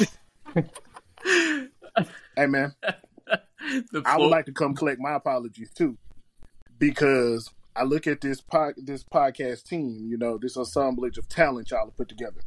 S6: hey man,
S5: the
S6: I
S5: flow-
S6: would like to come collect my apologies too, because I look at this pod, this podcast team. You know, this assemblage of talent y'all have put together.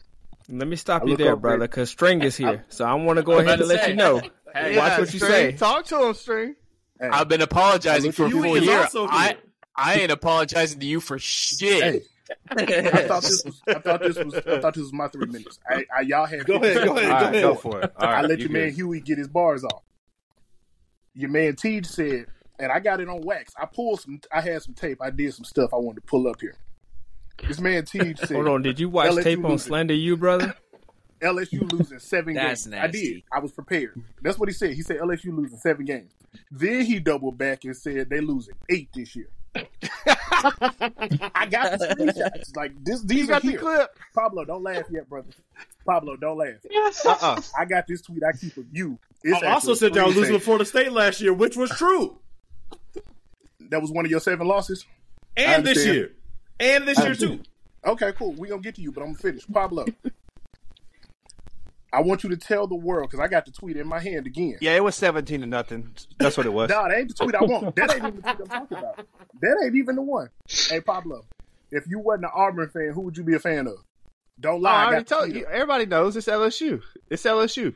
S3: Let me stop
S6: I
S3: you
S6: look
S3: there,
S6: over
S3: brother,
S6: it.
S3: because String is here. So I want to go
S5: I'm
S3: ahead
S5: about to
S3: and let
S5: say.
S3: you know.
S5: Hey,
S3: Watch what you
S1: String.
S3: say.
S1: Talk to him, String.
S6: Hey,
S8: I've been apologizing
S6: I
S8: for
S6: look at
S8: people
S4: you, he's
S8: here.
S4: also
S8: I,
S4: here.
S8: I ain't apologizing to you for shit.
S6: hey, (laughs) I thought this was I thought this was I thought this was my three minutes. I, I y'all had
S4: Go ahead, go ahead,
S1: All
S4: go
S1: right,
S4: ahead.
S1: go for it. All right,
S6: I let
S1: you
S6: your man
S1: good.
S6: Huey get his bars off. Your man Teej said, and I got it on wax. I pulled some. I had some tape. I did some stuff. I wanted to pull up here. This man Teej said,
S3: Hold on. Did you watch
S6: LSU
S3: tape on
S6: losing.
S3: Slander You, brother?
S6: LSU losing seven
S2: That's
S6: games. I did.
S2: nasty.
S6: I was prepared. That's what he said. He said LSU losing seven games. Then he doubled back and said they losing eight this year. I got the screenshots. Like this, these
S1: You
S6: are
S1: got the
S6: here.
S1: clip.
S6: Pablo, don't laugh yet, brother. Pablo, don't laugh.
S1: Uh-uh.
S6: I got this tweet. I keep of you. It's
S4: I also
S6: actually
S4: said y'all
S6: three
S4: losing to
S6: things.
S4: Florida State last year, which was true.
S6: That was one of your seven losses. I
S4: And this
S6: understand.
S4: year. And this
S6: I
S4: year, too.
S6: Okay, cool. We're gonna get to you, but I'm gonna finish. Pablo. I want you to tell the world because I got the tweet in my hand again.
S1: Yeah, it was seventeen to nothing. That's what it was.
S6: Nah, that ain't the tweet I want. That ain't even the tweet I'm talking about. That ain't even the one. Hey Pablo, if you wasn't an Auburn fan, who would you be a fan of? Don't
S1: Oh, I
S6: lie. I,
S1: already
S6: got the
S1: told
S6: tweet
S1: you.
S6: up.
S1: Everybody knows it's LSU. It's LSU.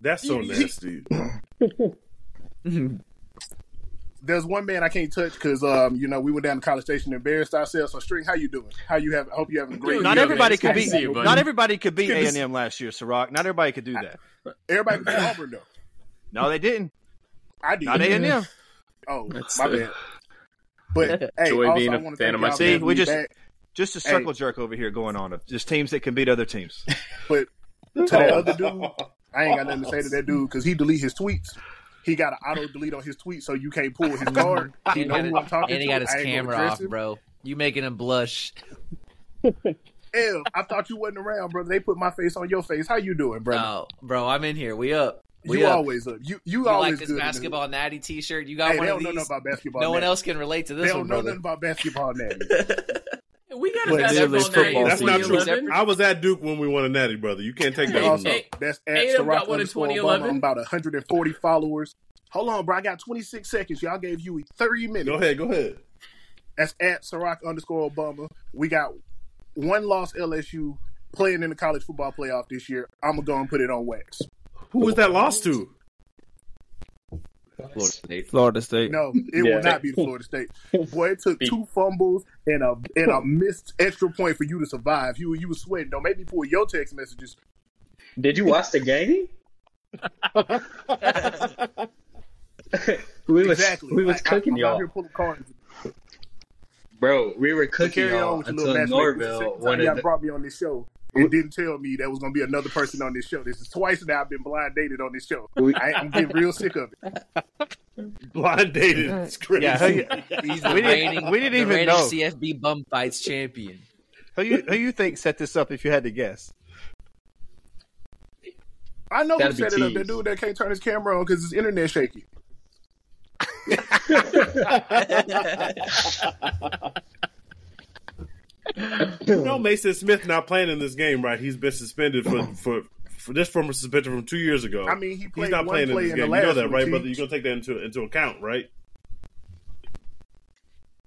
S4: That's so
S6: You- you-
S4: nasty.
S6: there's one man I can't touch because um, you know, we went down to College Station, and embarrassed ourselves. So, String, how you doing? How you have? I hope you having a great.
S5: Dude,
S1: Not
S5: yo,
S6: year.
S1: everybody
S5: man,
S1: could
S5: it's
S1: be.
S5: good to see you, buddy.
S1: not everybody could beat
S6: Good
S1: A
S6: to
S1: and
S6: see-
S1: M last year, Ciroc. Not everybody could do that.
S6: Everybody from Auburn though.
S1: No, they didn't.
S6: I did.
S1: Not A and M.
S6: (laughs) Oh,
S3: That's,
S6: my
S3: uh,
S6: bad.
S2: (laughs)
S6: But hey,
S5: Joy
S6: also,
S5: being
S6: I
S5: a fan
S6: want to thank
S5: of my
S6: y'all
S1: team.
S6: for
S1: We
S6: having me
S1: just-
S6: back.
S1: Just a
S6: Hey.
S1: circle jerk over here going on. Of just teams that can beat other teams.
S6: to that other
S5: (laughs)
S6: dude. I ain't got nothing to say to that dude because he delete his tweets. He got an auto delete on his tweet, so you can't pull his card.
S2: Mm-hmm.
S6: He
S2: And
S6: know
S2: he
S6: who
S2: got,
S6: I'm
S2: his-
S6: talking
S2: and he
S6: to.
S2: got his
S6: I ain't gonna
S2: camera
S6: address
S2: off,
S6: him.
S2: bro. You making him blush.
S6: Ew, I thought you wasn't around, brother. They put my face on your face. How you doing, brother?
S2: No, bro, I'm in here. We up. We
S6: you
S2: up.
S6: always up. You you,
S2: You
S6: always
S2: like this
S6: good. in the hood.
S2: basketball natty T-shirt? You got
S6: Hey, they
S2: one
S6: don't
S2: of
S6: know
S2: these.
S6: nothing about basketball.
S2: no one
S6: now.
S2: else can relate to
S6: They
S2: this
S6: don't
S2: one,
S6: know
S2: brother.
S6: nothing about basketball now.
S5: We got a
S6: But
S3: literally
S5: basketball
S3: it's
S5: night.
S3: football
S5: in
S4: That's not true.
S5: 2011.
S4: I was at Duke when we won a natty, brother. You can't take that.
S5: Hey,
S4: from
S6: Also,
S4: me.
S5: hey.
S6: that's at
S5: Adam
S6: Ciroc
S5: got one in
S6: underscore
S5: 2011.
S6: Obama. I'm about 140 followers. Hold on, bro. I got 26 seconds. Y'all gave you 30 minutes.
S4: Go ahead, go ahead.
S6: That's at Ciroc underscore Obama. We got one lost LSU playing in the college football playoff this year. I'm gonna go and put it on wax.
S4: Who was that lost to?
S3: Florida State.
S6: No, it
S7: Yeah.
S6: will not be the Florida State. Boy, it took two fumbles and a and a missed extra point for you to survive. You you was sweating. Don't make me pull your text messages.
S7: Did you watch the game? (laughs) we was
S6: exactly.
S7: we was
S6: I- I-
S7: cooking
S6: I'm out
S7: y'all,
S6: here pulling cards.
S7: bro. We were
S6: But
S7: cooking
S6: carry on
S7: y'all
S6: with your little
S7: until
S6: matchmaking.
S7: Norville
S6: Second time
S7: wanted.
S6: y'all
S7: to-
S6: brought me on this show and didn't tell me there was gonna be another person on this show. This is twice now I've been blind dated on this show.
S7: We-
S6: I, I'm getting real sick of it.
S4: Blind dated. It's crazy.
S1: Yeah, who,
S4: (laughs)
S2: He's the
S1: We didn't-
S2: reigning,
S1: we didn't
S2: the
S1: even
S2: reigning
S1: know.
S2: CFB bum fights champion.
S1: who you who you think set this up? If you had to guess,
S6: I know who
S7: That'd be
S6: set it up. That
S7: teased.
S6: dude that can't turn his camera on because his internet shaky.
S4: You know Mason Smith not playing in this game, right? He's been suspended for for, for this from a suspension from two years ago.
S6: I mean, he
S4: he's
S6: played
S4: not
S6: one
S4: playing in
S6: play
S4: this
S6: in the
S4: game. You know
S6: last
S4: that,
S6: one,
S4: right,
S6: T.
S4: brother? You're gonna take that into into account, right?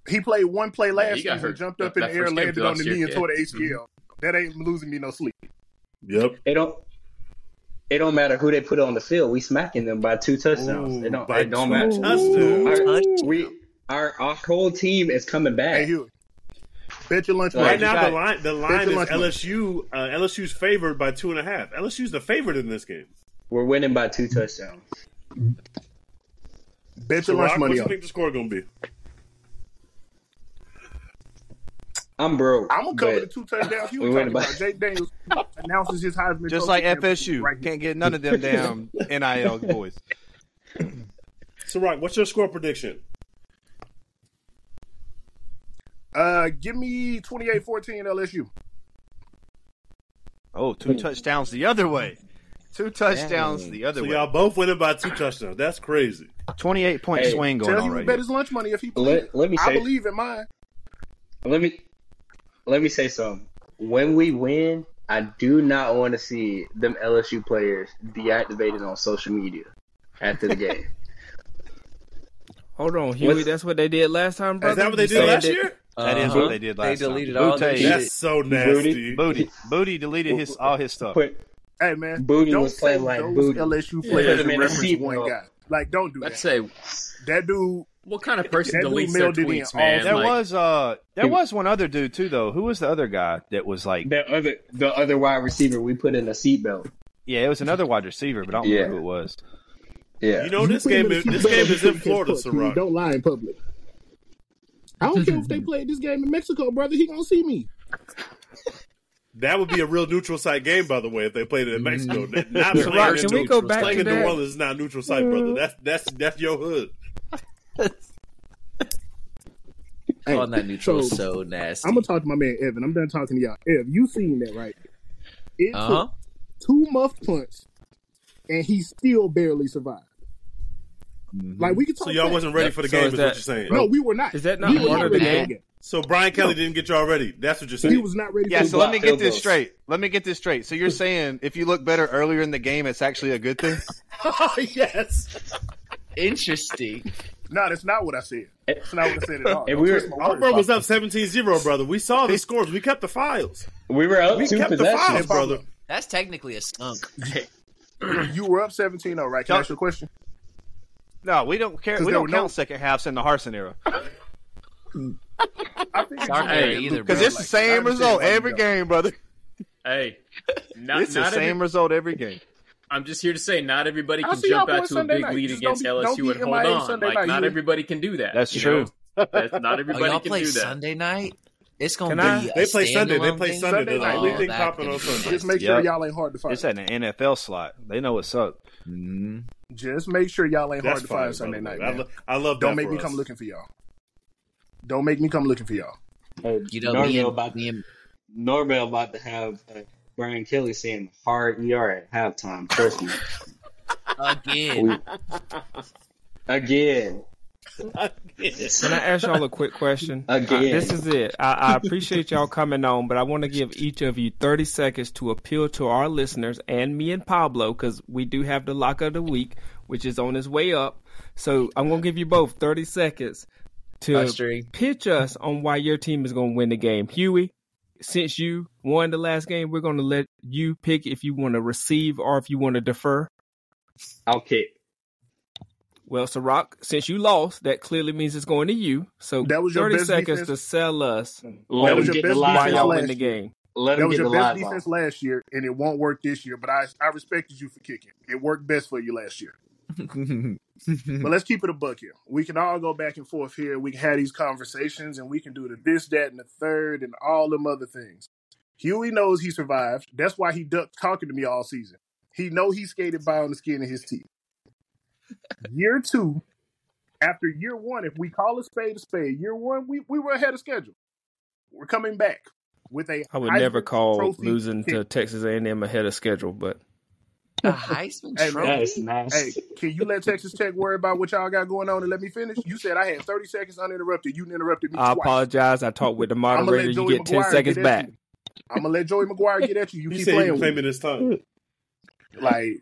S6: He played one play
S5: he
S6: last
S5: got
S6: season,
S5: hurt.
S6: jumped
S5: That-
S6: up in the
S5: that
S6: air,
S5: first game
S6: landed
S5: was
S6: on the
S5: last year,
S6: knee, and
S5: yeah.
S6: tore the ACL. That ain't losing me no sleep.
S4: Yep.
S7: it don't. It don't matter who they put on the field. We smacking them by two touchdowns.
S4: Ooh,
S7: it don't.
S4: by
S7: It don't
S4: two
S7: matter.
S4: touchdowns.
S7: Our, we our our whole team is coming back.
S6: Hey, Hugh, bet your lunch
S7: Right
S6: money.
S4: Right now, the
S1: got-
S4: line the line
S6: the
S4: is
S6: lunch money.
S4: LSU. Uh, LSU's favored by two and a half. LSU's the favorite in this game.
S7: We're winning by two touchdowns.
S6: bet
S4: So,
S6: your lunch
S4: Rock,
S6: money
S4: what's you
S6: on.
S4: think the score gonna be?
S7: I'm broke.
S6: I'm gonna cover
S7: but
S6: the two touchdowns. You
S7: We
S6: were
S7: went
S6: talking
S7: by-
S6: about
S5: (laughs)
S6: Jake Daniels announces his Heisman.
S1: just
S6: Trophy
S1: like
S6: campaign
S1: FSU,
S6: right here.
S1: can't get none of them damn nil boys.
S4: So, Rock, what's your score prediction?
S6: Uh, give me 28-14 LSU.
S1: Oh, two touchdowns the other way. Two touchdowns the other
S4: So
S1: way.
S4: y'all both winning by two touchdowns. That's crazy.
S1: Twenty-eight point
S7: Hey,
S1: swing going
S6: Tell
S1: on
S6: you
S1: right
S6: bet
S1: here.
S6: his lunch money if he plays.
S7: Let, let me
S6: I
S7: say
S6: believe in mine.
S7: let me let me say something. When we win, I do not want to see them LSU players deactivated on social media after the
S6: (laughs)
S7: game.
S3: Hold on, Huey.
S7: What's-
S3: That's what they did last time, brother.
S4: Is that what they
S3: You
S4: did
S3: said
S4: last
S3: that-
S4: year?
S1: That is
S2: Uh-huh.
S1: what they did last
S2: They
S1: time.
S2: deleted
S1: Boot
S2: all their
S1: tape.
S4: That's
S2: shit.
S4: so nasty.
S1: Booty, Booty deleted his all his stuff.
S7: Put
S6: Hey man,
S7: Booty
S6: don't
S7: was
S6: say
S7: playing like
S6: those
S7: Booty.
S6: LSU
S7: Put
S6: players
S7: him in
S6: and
S7: a
S6: reference
S7: seat,
S6: one
S7: bro.
S6: guy. Like, don't do
S5: Let's
S6: that.
S5: say,
S6: That dude,
S5: what kind of person
S6: That dude
S5: deletes their
S6: mailed it in
S5: tweets,
S6: all-
S5: man?
S1: There
S5: Like,
S1: was uh there
S7: He-
S1: was one other dude too though. Who was the other guy that was like
S7: the other the other wide receiver we put in a seatbelt.
S1: Yeah, it was another wide receiver, but I don't
S7: Yeah.
S1: remember who it was.
S7: Yeah.
S4: You know this game is this game is in Florida, Ciroc.
S6: Don't lie in public. I don't care if they played this game in Mexico, brother. He gonna see me.
S4: That would be a real neutral site game, by the way, if they played it in Mexico. Not
S5: Rock,
S4: playing in
S3: Can we
S4: New-
S3: go back
S4: playing
S3: to
S4: in New
S3: that?
S4: Orleans is not a neutral site, brother. That's that's that's your hood.
S2: on that neutral
S6: so,
S2: so nasty.
S6: I'm gonna talk to my man Evan. I'm done talking to y'all. Ev, you seen that right? It
S2: Uh-huh.
S6: took two muff punts, and he still barely survived.
S2: Mm-hmm.
S6: Like we could talk.
S4: So y'all
S6: that.
S4: wasn't ready for the
S3: So
S4: game,
S3: is
S4: is
S3: that-
S4: what you're saying.
S6: No, we were not.
S3: Is that not
S6: we were
S3: part
S6: not
S3: of the
S6: ready
S3: game?
S6: for the
S4: So Brian Kelly didn't get y'all ready. That's what you're
S6: game. He
S4: saying.
S6: was not ready.
S1: Yeah,
S6: for
S1: so
S6: the
S1: let me
S7: field
S1: get this
S7: goals.
S1: straight. Let me get this straight. So you're saying if you look better earlier in the game, it's actually a good thing?
S4: yes.
S2: Interesting.
S6: No, that's not what I said. That's not what I said at all.
S7: And we were-
S6: Don't twist my
S4: Auburn
S6: words,
S4: was up 17-0, brother. We saw the scores. We kept the files.
S7: We were up
S4: We
S7: two
S4: kept the files,
S7: possessions.
S4: brother.
S2: That's technically a skunk.
S4: oh,
S6: Bob. You were up 17 0, right? Can I ask you a question?
S1: (laughs) No, we don't care.
S6: 'Cause
S1: We
S6: there
S1: don't
S6: were no-
S1: count second halves in the Harson era
S6: I think
S5: Sorry,
S6: Hey,
S5: either,
S6: Luke,
S5: bro.
S1: because it's the
S6: like, I
S1: same
S6: understand
S1: result
S6: why you
S1: every
S6: don't.
S1: game, brother.
S5: Hey, not,
S1: It's the
S5: not
S1: same
S5: every,
S1: result every game.
S5: I'm just here to say not everybody
S6: I'll
S5: can
S6: see y'all
S5: jump out
S6: boys
S5: to a
S6: Sunday
S5: big
S6: night.
S5: lead
S6: Just
S5: against
S6: don't be- don't
S5: LSU and
S6: be
S5: hold
S6: MIA
S5: on.
S6: Sunday
S5: like
S6: night,
S5: not
S6: you-
S5: everybody can do that.
S1: That's
S5: you
S1: true.
S5: know? That's, not
S2: Oh,
S5: everybody
S2: y'all
S5: can
S2: play
S5: do that.
S2: Sunday night? It's gonna
S3: Can
S2: be.
S3: I-
S2: a
S4: They play Sunday. They
S2: standalone
S4: play
S2: thing?
S4: Sunday.
S6: Sunday
S4: There's
S6: night.
S4: only
S2: Oh,
S4: thing
S2: that could
S4: popping on
S2: be
S4: Sunday.
S6: Just make
S1: Yeah.
S6: sure y'all ain't hard to find.
S1: It's an NFL slot. They know what's up.
S2: Mhm.
S6: Just make sure y'all ain't hard
S4: That's
S6: to
S4: fine.
S6: find Sunday night,
S4: I,
S6: man.
S4: lo- I love.
S6: Don't
S4: that
S6: make
S4: for
S6: me
S4: us.
S6: come looking for y'all. Don't make me come looking for y'all.
S7: Hey,
S2: You know, me
S7: Norville
S2: and,
S7: about
S2: me and
S7: Norville about to have uh, Brian Kelly saying hard ER at halftime. Trust
S2: (laughs)
S7: me.
S6: (laughs)
S2: again.
S7: Again.
S3: Can I ask y'all a quick question?
S7: Again.
S3: Uh, this is it. I, I appreciate y'all coming on, but I want to give each of you 30 seconds to appeal to our listeners and me and Pablo because we do have the lock of the week, which is on its way up. So I'm going to give you both 30 seconds to
S2: Fostering.
S3: pitch us on why your team is going to win the game. Huey, since you won the last game, we're going to let you pick if you want to receive or if you want to defer.
S7: I'll kick.
S3: Well, Ciroc, since you lost, that clearly means it's going to you. So
S6: That was your
S3: 30
S6: best
S3: seconds
S6: defense?
S3: to sell us
S7: Let
S6: That was
S7: him
S6: your
S7: get the
S6: best
S3: why
S7: live
S6: defense
S3: y'all
S7: off.
S3: win
S6: last
S3: the game.
S7: Let
S6: That
S7: him
S6: was
S7: get the
S6: your best
S7: live off.
S6: defense last year, and it won't work this year. But I, I respected you for kicking. It worked best for you last year.
S3: Hmm.
S6: But let's keep it a buck here. We can all go back and forth here. We can have these conversations, and we can do the this, that, and the third, and all them other things. Huey knows he survived. That's why he ducked talking to me all season. He know he skated by on the skin of his teeth. year two, after year one, if we call a spade a spade, year one we, we were ahead of schedule. We're coming back with a.
S3: (laughs) I would
S6: Heisman
S3: never call
S6: Trophy
S3: losing
S6: pick.
S3: to Texas A&M ahead of schedule, but
S2: A Heisman
S6: Hey, man.
S2: Trophy.
S7: That is
S6: Hey,
S7: nasty.
S6: can you let Texas Tech worry about what y'all got going on and let me finish? You said I had 30 seconds uninterrupted. You interrupted me
S3: I
S6: twice.
S3: apologize. I talked
S6: (laughs)
S3: with the
S6: I'm gonna
S3: moderator.
S6: let
S3: You
S6: Joey
S3: get 10
S6: McGuire
S3: seconds
S6: get
S3: back.
S6: I'm gonna let Joey McGuire get at you. You
S4: He
S6: keep
S4: said he
S6: playing
S4: was
S6: with me.
S4: claiming his tongue.
S6: Like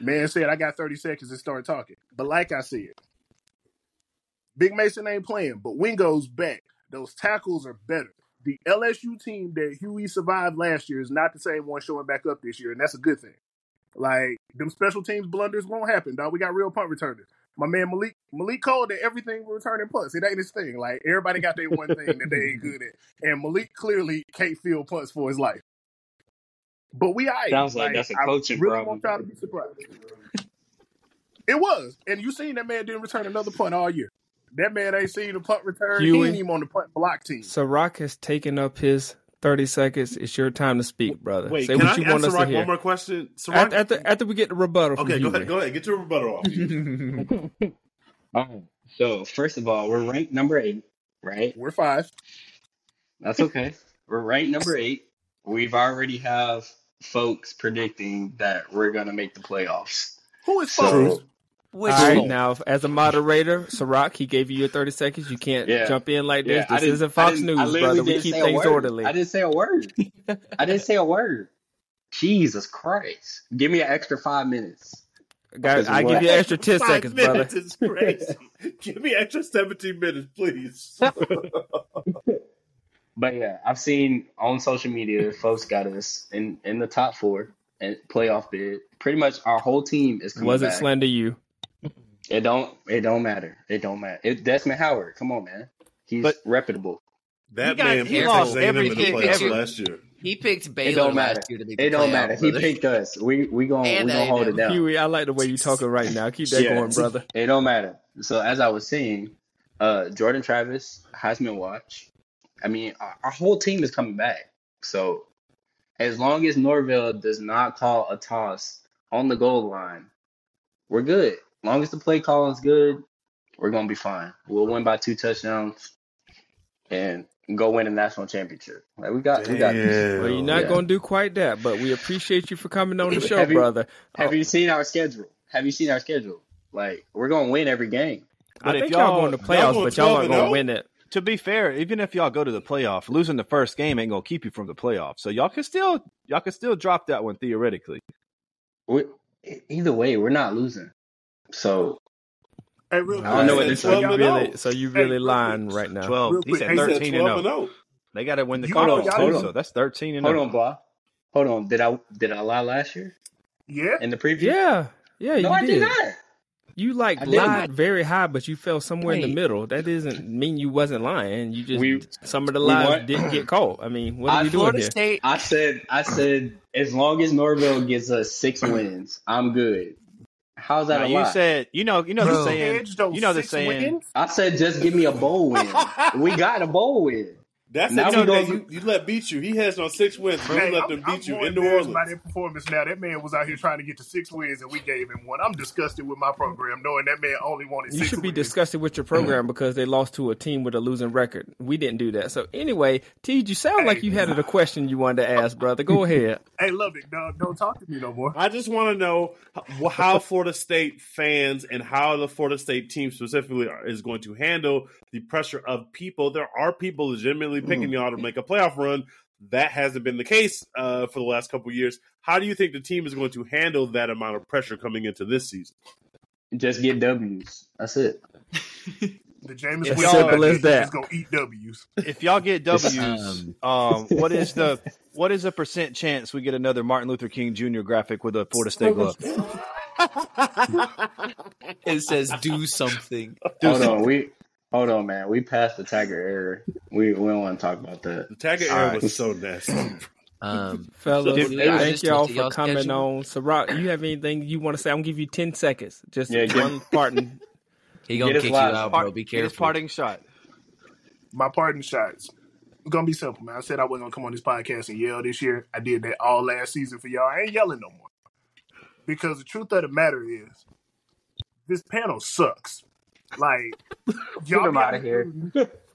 S6: man said, I got 30 seconds and start talking. But like I said, Big Mason ain't playing, but Wingo's back. Those tackles are better. The LSU team that Huey survived last year is not the same one showing back up this year, and that's a good thing. Like them special teams blunders won't happen, dog. We got real punt returners. My man Malik Malik Cole did everything with returning punts. It ain't his thing. Like everybody got their one thing that they ain't good at, and Malik clearly can't field punts for his life. But we, I
S7: Sounds like that's a coaching
S6: I really
S7: problem.
S6: won't try to be surprised. It was, and you seen that man didn't return another punt all year. That man ain't seen a punt return. He
S3: Huey.
S6: ain't even on the punt block team.
S3: Ciroc has taken up his 30 seconds. It's your time to speak, brother.
S4: Wait,
S3: Say
S4: can
S3: what
S4: I
S3: you
S4: ask
S3: want us to
S4: Ciroc
S3: hear.
S4: one more question? Ciroc,
S3: after, after, after we get the rebuttal from
S4: okay, go
S3: Huey.
S4: ahead. Go ahead. Get your rebuttal off.
S7: All right. So first of all, we're ranked number eight, right?
S6: We're five.
S7: That's okay. we're ranked number eight. We've already have folks predicting that we're gonna make the playoffs.
S6: Who is
S7: So-
S6: five?
S2: Which
S3: All right,
S7: Cool.
S3: now as a moderator, Ciroc, he gave you your thirty seconds. You can't
S7: Yeah.
S3: jump in like
S7: Yeah,
S3: this.
S7: I
S3: this
S7: didn't-
S3: isn't
S7: I
S3: Fox
S7: didn't-
S3: News,
S7: I literally
S3: brother. We
S7: didn't
S3: keep
S7: say a
S3: things
S7: word.
S3: orderly.
S7: I didn't say a word. I didn't say a word. Jesus Christ! Give me an extra five minutes.
S3: Guys, I give you an extra ten
S4: Five
S3: seconds, brother.
S4: minutes is (laughs) crazy. Give me extra seventeen minutes, (laughs) please.
S7: But yeah, I've seen on social media folks got us in in the top four and playoff bid. Pretty much our whole team is coming
S3: Was it
S7: back.
S3: slander you?
S7: It don't. It don't matter. It don't matter. It, Desmond Howard. Come on, man. He's
S1: But-
S7: reputable.
S4: That
S1: He got-
S4: man
S2: he
S4: picked
S2: lost
S4: Texas A&M in the
S2: everything
S4: playoffs
S2: ever.
S4: last year.
S2: He picked
S7: It
S2: Baylor
S7: don't matter.
S2: last year to make the
S7: It don't
S2: playoff,
S7: matter. He
S2: brother.
S7: picked us. We we gon'
S2: And
S7: we gonna hold it
S2: A&M.
S7: down.
S3: Huey, I like the way you talking right now. Keep that
S7: Yeah.
S3: going, brother.
S7: It don't matter. So as I was saying, uh, Jordan Travis, Heisman Watch. I mean, our, our whole team is coming back. So as long as Norville does not call a toss on the goal line, we're good. As long as the play call is good, we're gonna be fine. We'll win by two touchdowns and go win a national championship. Like we got, we got. This.
S4: Damn.
S3: Well, you're not
S7: Oh, yeah.
S3: gonna do quite that, but we appreciate you for coming on the show,
S7: Have you-
S3: brother.
S7: Have you seen our schedule? Have you seen our schedule? Like we're gonna win every game.
S3: I
S1: But if
S3: think y'all,
S1: y'all-
S3: going to
S4: y'all
S3: playoffs,
S4: going
S3: but y'all
S4: 12
S3: aren't
S4: and
S3: gonna
S7: oh?
S4: 0?
S3: win it.
S1: To be fair, even if y'all go to the playoff, losing the first game ain't gonna keep you from the playoff. So y'all can still y'all can still drop that one theoretically.
S7: We, e- either way, we're not losing. So
S6: Hey, real quick.
S7: I don't know what
S4: He
S7: this-
S4: said 12
S3: You
S4: and
S7: oh.
S3: really,
S4: 0.
S3: so you really
S6: Hey,
S3: lying right now.
S1: Twelve.
S6: Real
S1: He
S6: quick,
S1: said
S6: he said
S1: thirteen and
S4: twelve
S1: zero.
S4: zero.
S1: They gotta win the
S6: You-
S1: cup.
S7: hold on, hold
S1: So
S7: on,
S1: that's thirteen and
S7: hold
S1: 0.
S7: on, blah. Hold on. Did I did I lie last year
S6: Yeah,
S7: in the preview?
S3: Yeah, yeah, you
S7: no, I did
S3: did.
S7: not.
S3: You like
S7: I did.
S3: lied very high, but you fell somewhere in the
S7: Wait.
S3: middle. That doesn't mean you wasn't lying. You just
S7: We-
S3: some of the
S7: we
S3: lies
S7: want-
S3: didn't get caught. I mean, what are
S7: I-
S3: we doing
S7: Florida
S3: here?
S8: State.
S7: I said, I said, as long as Norville gets us six wins, I'm good. How's that
S1: Now,
S7: a
S1: you
S7: lot?
S1: said you know you know the
S8: Bro.
S1: saying
S6: Edge those
S1: you know the
S6: six
S1: saying
S6: wins?
S7: I said, just give me a bowl win. we got a bowl win.
S4: That's
S7: Now
S4: it.
S7: we
S4: You, know,
S7: go-
S4: that you, you let beat you. He has no six wins, bro.
S6: Hey,
S4: You let
S6: I'm-
S4: them
S6: I'm
S4: beat you
S6: more
S4: in New
S6: embarrassed
S4: Orleans.
S6: By that performance, now that man was out here trying to get to six wins, and we gave him one. I'm disgusted with my program, knowing that man only wanted.
S3: You
S6: six
S3: should be
S6: wins.
S3: disgusted with
S2: Mm-hmm.
S3: your program because they lost to a team with a losing record. We didn't do that. So anyway, Teed, you sound like you had a question you wanted to ask, brother.
S2: (laughs)
S3: Go ahead.
S6: Hey, Lubbock, dog, don't talk to me no more.
S4: I just want to know how, how Florida State fans and how the Florida State team specifically are, is going to handle the pressure of people. There are people legitimately picking y'all to make a playoff run. That hasn't been the case uh, for the last couple of years. How do you think the team is going to handle that amount of pressure coming into this season?
S7: Just get W's. That's it.
S6: The James
S1: It's
S6: Winston
S1: simple
S3: as that.
S6: is gonna eat W's.
S1: if y'all get W's, um,
S2: Um.
S1: what is (laughs) the what is the percent chance we get another Martin Luther King Jr. graphic with a Florida State glove?
S2: It says do something.
S7: Hold on, we hold on, man. We passed the Tiger error. We we don't want to talk about that.
S4: The Tiger
S2: All
S4: Air
S2: right.
S4: was so nasty.
S2: Um,
S3: (laughs) Fellas,
S1: Dude,
S2: I
S3: thank
S2: just
S3: y'all
S2: looked at
S3: for
S2: y'all's
S3: coming
S2: schedule.
S3: on. Sarah, you have anything you want to say? I'm gonna give you ten seconds. Just
S7: Yeah, give-
S3: one
S2: (laughs)
S3: part. and-
S2: he gonna
S7: Get his
S2: kick you
S7: last
S2: out,
S1: Part-
S2: bro. Be
S1: his
S2: careful.
S1: parting shot.
S6: My pardon shots. It's gonna be simple, man. I said I wasn't gonna come on this podcast and yell this year. I did that all last season for y'all. I ain't yelling no more. Because the truth of the matter is, this panel sucks. Like y'all
S7: (laughs) Get him
S6: be
S7: out of here.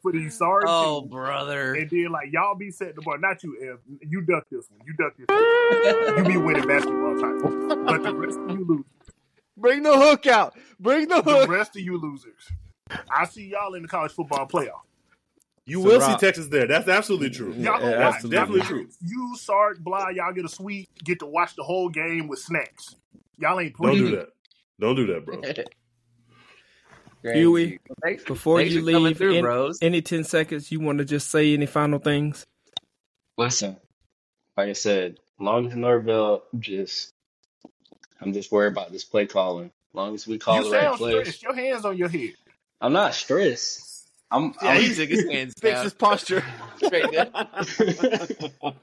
S6: for these sorry
S2: Oh,
S6: teams.
S2: brother.
S6: And then like y'all be setting the bar. Not you, Ev. You duck this one. You duck this one. you be winning basketball titles. But the rest of you lose.
S1: Bring the hook out. Bring the
S6: The
S1: hook.
S6: rest of you losers. I see y'all in the college football playoff.
S4: You
S3: It's
S4: will
S3: a
S4: see
S3: rock.
S4: Texas there. That's absolutely true.
S3: Yeah,
S6: Y'all
S3: yeah,
S6: gonna watch.
S4: That's
S3: absolutely.
S4: definitely true.
S6: You, Sark, Blah, y'all get a suite, get to watch the whole game with snacks. Y'all ain't
S4: Don't
S6: playing.
S4: do that. Don't do
S2: (laughs)
S4: that, bro.
S3: Huey,
S2: Thanks,
S3: before
S2: thanks
S3: you
S2: for coming
S3: leave,
S2: through,
S3: any-
S2: bros.
S3: any ten seconds you want to just say any final things?
S7: Listen, like I said, long as Norville just, I'm just worried about this play calling. Long as we call
S6: You
S7: the right
S6: sound
S7: plays,
S6: stressed. Your hands on your head.
S7: I'm not stressed. I'm.
S8: Yeah,
S7: I'm
S8: he took his hands
S1: (laughs) Fix
S8: down.
S1: his posture.
S8: Straight down.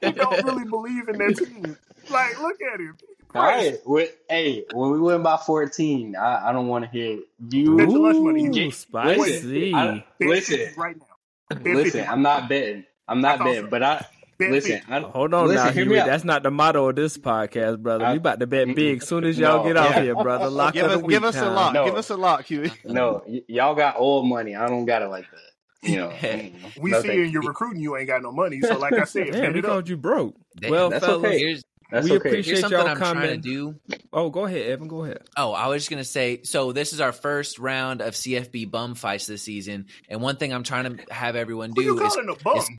S6: You don't really believe in that team. Like, look at him.
S7: (laughs) (laughs) All right. When, hey, when we win by 14, I, I don't want to hear
S6: Bet
S7: you.
S6: your lunch money.
S3: Ooh,
S6: You
S3: spicy.
S7: Listen, I,
S6: Bet
S7: listen,
S6: 50 right now. Bet 50.
S7: listen, I'm not betting. I'm not
S6: I thought
S7: betting,
S6: so.
S7: but I
S6: Bet
S7: listen.
S6: 50.
S7: I,
S3: Hold on
S7: listen,
S3: now,
S7: hear
S3: Huey.
S7: me out.
S3: That's not the motto of this podcast, brother.
S7: I-
S3: we about to bet
S7: Mm-mm.
S3: big soon as y'all
S7: No.
S3: get off
S7: Yeah.
S3: here, brother. Lock
S1: Give
S3: of the
S1: us,
S3: week
S1: give us a
S3: time.
S1: lock.
S7: No.
S1: Give us a lock, Huey.
S7: No, y- y'all got old money. I don't got it like that.
S3: (laughs)
S7: You know, mm,
S6: We
S7: no
S6: see
S7: thank
S6: you and you're recruiting, you ain't got no money. So, like I said,
S3: Damn,
S6: bet
S3: we
S6: it up.
S3: called you broke.
S2: Damn,
S3: well,
S7: that's
S3: fellas,
S7: okay.
S2: Here's,
S7: That's
S3: we
S7: okay.
S3: appreciate
S2: here's something
S3: y'all
S2: I'm trying to
S3: coming.
S2: do.
S3: Oh, go ahead, Evan. Go ahead.
S2: Oh, I was just gonna say. So this is our first round of CFB bum fights this season, and one thing I'm trying to have everyone
S6: Who you
S2: do is
S6: calling a bum?
S2: is-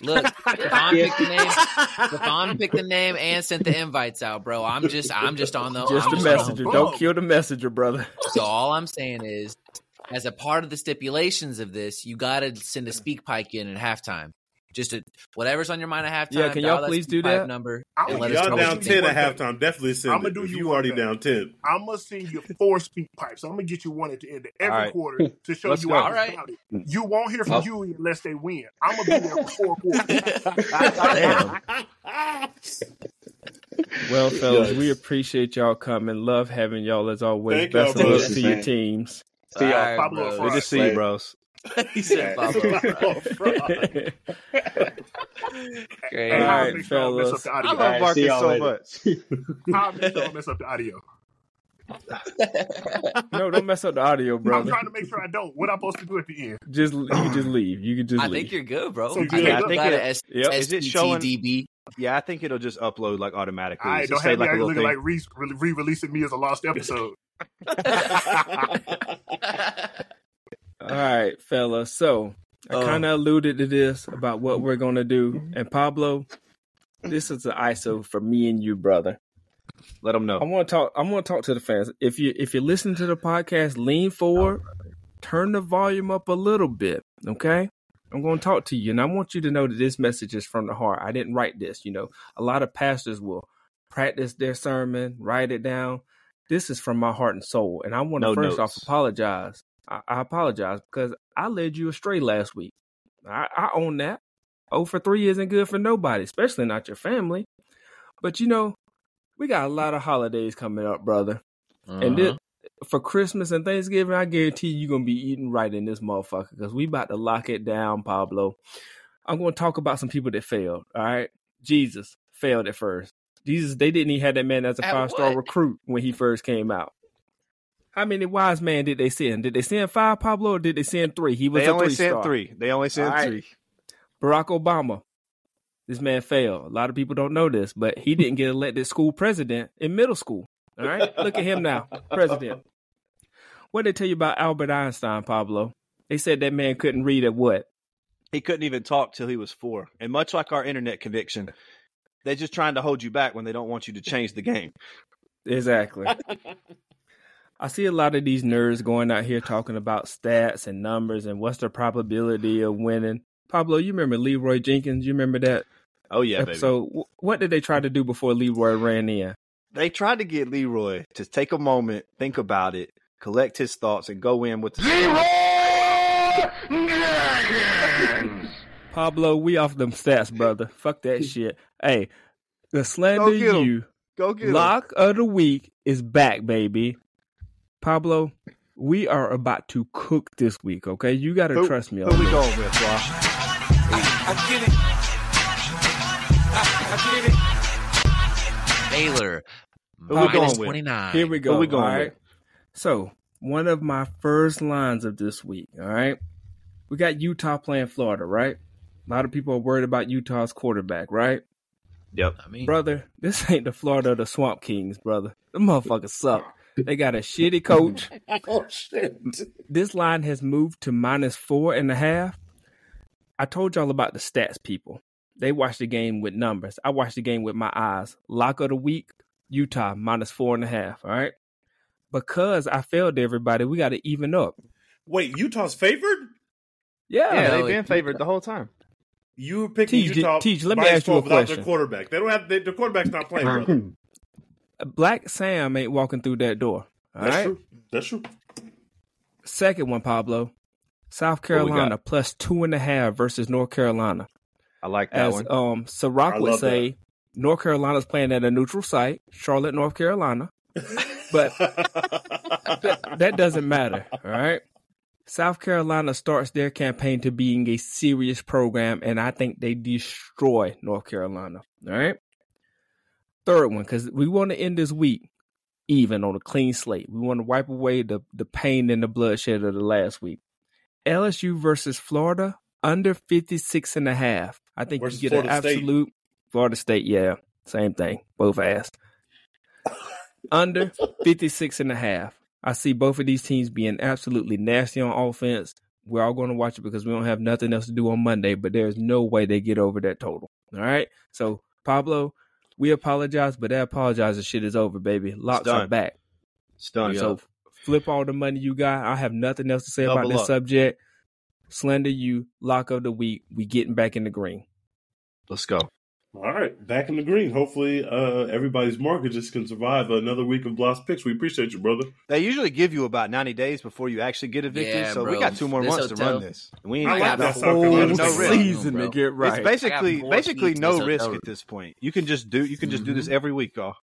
S2: look.
S3: (laughs)
S2: Stefan picked the name. Stefan picked the name and sent the invites out, bro. I'm just, I'm just on
S7: Oh,
S2: the.
S3: Just
S2: I'm
S3: the
S2: on the
S3: messenger.
S6: bum.
S3: Don't kill the messenger,
S7: (laughs)
S3: brother.
S2: So all I'm saying is, as a part of the stipulations of this, you got to send a speak pike in at halftime. Just a, whatever's on your mind at halftime.
S3: Yeah, can y'all
S2: dial that
S3: please
S2: speak
S3: do
S2: pipe
S3: that?
S2: Number.
S6: I'm
S2: and
S6: gonna
S2: let
S6: do
S2: us
S4: Y'all
S2: know
S6: it.
S4: down
S2: what you think.
S4: ten at halftime. Definitely send
S6: I'ma
S4: it.
S6: do
S4: If
S6: you
S4: you
S6: one
S4: already
S6: thing.
S4: down ten.
S6: I'm gonna send you four speak pipes. I'm gonna get you one at the end of every
S1: All right. (laughs)
S6: quarter to show
S1: Let's
S6: you
S1: go.
S6: I
S2: All
S6: was
S2: right.
S6: about it. You won't hear
S7: Oh.
S6: from Huey unless they win. I'm gonna be there for four quarters. (laughs)
S2: Damn.
S3: Well, fellas,
S7: Yes.
S3: we appreciate y'all coming. Love having y'all as always.
S4: Thank
S3: Best
S4: y'all,
S3: of luck
S7: brothers.
S3: to your teams.
S7: See y'all.
S2: All right,
S6: Pablo
S2: bro.
S1: Good to see you, bros.
S2: He said Pablo.
S1: (laughs)
S6: And
S2: Great.
S3: All
S6: I'll
S3: right,
S6: make sure I don't mess up
S3: fellas.
S6: the
S1: I
S6: audio.
S1: love
S7: All right,
S1: Marcus
S7: see y'all
S1: so
S7: later.
S1: much.
S6: (laughs) I'll make sure I don't mess up the audio.
S3: (laughs) No, don't mess up the audio,
S6: I'm
S3: brother.
S7: (laughs)
S6: trying to make sure I don't. What I'm supposed to do at the end?
S3: Just you can just leave. You can just
S2: I
S3: leave.
S2: think you're good, bro.
S6: So
S2: I
S6: good.
S2: think
S6: Yeah, I
S2: you
S1: think
S2: got
S1: it-
S2: a S-
S3: Yep.
S1: Is it showing-
S2: STTDB.
S1: Yeah, I think it'll just upload like automatically.
S6: All right,
S1: It's
S6: don't
S1: just say
S6: have me
S1: like
S6: out
S1: a
S6: here
S1: little
S6: looking
S1: thing.
S6: like re- re- re-releasing me as
S1: (laughs)
S6: a lost episode.
S3: All right, fella. So I
S2: Oh.
S3: kind of alluded to this about what we're gonna do, and Pablo, this is the ISO for me and you, brother.
S1: Let them know.
S3: I want to talk. I want to talk to the fans. If you if you listen to the podcast, lean forward, turn the volume up a little bit. Okay, I'm going to talk to you, and I want you to know that this message is from the heart. I didn't write this. You know, a lot of pastors will practice their sermon, write it down, this is from my heart and soul, and I want to
S1: No
S3: first
S1: notes.
S3: off apologize. I, I apologize because I led you astray last week. I, I own that. Oh, for three isn't good for nobody, especially not your family. But you know, we got a lot of holidays coming up, brother. And
S1: Uh-huh.
S3: this, for Christmas and Thanksgiving, I guarantee you're gonna be eating right in this motherfucker because we about to lock it down, Pablo. I'm gonna talk about some people that failed. All right, Jesus failed at first. Jesus, they didn't even have that man as a
S2: At
S3: five star
S2: what?
S3: recruit when he first came out. How many wise men did they send? Did they send five, Pablo, or did they send three? He was
S1: They
S3: a
S1: only
S3: three
S1: sent
S3: star.
S1: three. They only sent
S3: All right.
S1: three.
S3: Barack Obama. This man failed. A lot of people don't know this, but he didn't get elected school president in middle school. All right, look at him now, president. What did they tell you about Albert Einstein, Pablo? They said that man couldn't read at what?
S1: He couldn't even talk till he was four. And much like our internet conviction, they're just trying to hold you back when they don't want you to change the game. (laughs)
S3: Exactly. I see a lot of these nerds going out here talking about stats and numbers and what's the probability of winning. Pablo, you remember Leroy Jenkins? You remember that
S1: Oh yeah, baby.
S3: episode? W- What did they try to do before Leroy ran in?
S1: they tried to get Leroy to take a moment, think about it, collect his thoughts, and go in with the
S3: Pablo, we off them stats, brother. Fuck that shit. Hey, the slander
S1: Go get 'em.
S3: you
S1: go get him.
S3: lock of the week is back, baby. Pablo, we are about to cook this week. Okay, you gotta
S1: Who-
S3: trust me.
S1: Who
S3: on
S1: we
S3: this.
S1: going with, Ross?
S2: Baylor.
S1: Who we
S2: minus
S1: going with?
S2: 29.
S3: Here we go.
S1: Who we going
S3: all right?
S1: with?
S3: So one of my first lines of this week. All right, we got Utah playing Florida. Right, a lot of people are worried about Utah's quarterback. Right.
S1: Yep.
S2: I mean,
S3: Brother, this (laughs) ain't the Florida of the Swamp Kings, brother. The motherfuckers suck. They got a shitty coach.
S6: (laughs) Oh shit!
S3: This line has moved to minus four and a half. I told y'all about the stats people. They watch the game with numbers. I watch the game with my eyes. Lock of the week, Utah minus four and a half. All right. Because I failed everybody, we got to even up.
S4: Wait, Utah's favored?
S3: Yeah.
S1: Yeah, they've
S2: like-
S1: been favored the whole time.
S4: You were picking
S3: Teej,
S4: Utah.
S3: Teej, let me
S4: minus
S3: ask you a
S4: 12 without
S3: question.
S4: Their quarterback. They don't have. They, the quarterback's not playing. brother.
S3: Black Sam ain't walking through that door. All right.
S4: That's true. That's true.
S3: Second one, Pablo. South
S1: we got?
S3: Carolina plus two and a half versus North Carolina.
S1: I like that
S3: as
S1: one.
S3: um Sirach
S4: I
S3: would
S4: love that.
S3: say, North Carolina's playing at a neutral site, Charlotte, North Carolina. But (laughs) that doesn't matter, all right? South Carolina starts their campaign to being a serious program, and I think they destroy North Carolina. All right. Third one, because we want to end this week even on a clean slate. We want to wipe away the, the pain and the bloodshed of the last week. LSU versus Florida under 56 and a half. I think
S4: Versus
S3: you get an
S4: Florida State.
S3: absolute Florida State, yeah. Same thing. Both ass.
S4: (laughs)
S3: under 56 and a half. I see both of these teams being absolutely nasty on offense. We're all going to watch it because we don't have nothing else to do on Monday, but there's no way they get over that total. All right. So, Pablo, we apologize, but that apologizing shit is over, baby. Locks are
S1: done.
S3: back.
S1: It's done.
S3: So, flip all the money you got. I have nothing else to say about
S1: Double
S3: this
S1: up.
S3: subject. Slender you, lock of the week. We getting back in the green.
S1: Let's go.
S4: (laughs) All right, back in the green. Hopefully, uh, everybody's mortgages can survive another week of lost picks. We appreciate you, brother.
S1: They usually give you about 90 days before you actually get evicted,
S2: Yeah,
S1: so we
S2: bro.
S1: got two more
S2: This
S1: months
S2: hotel-
S1: to run this. We ain't
S4: I
S1: got
S4: like
S1: the
S4: that
S1: whole
S4: South Carolina
S1: no
S4: team.
S1: risk.
S3: season
S2: bro.
S3: to get right.
S1: It's basically
S2: I got more
S1: basically
S2: keys
S1: no
S2: than
S1: risk
S2: Sotel.
S1: at this point. You can just do you can just do
S3: Mm-hmm.
S1: this every week, y'all.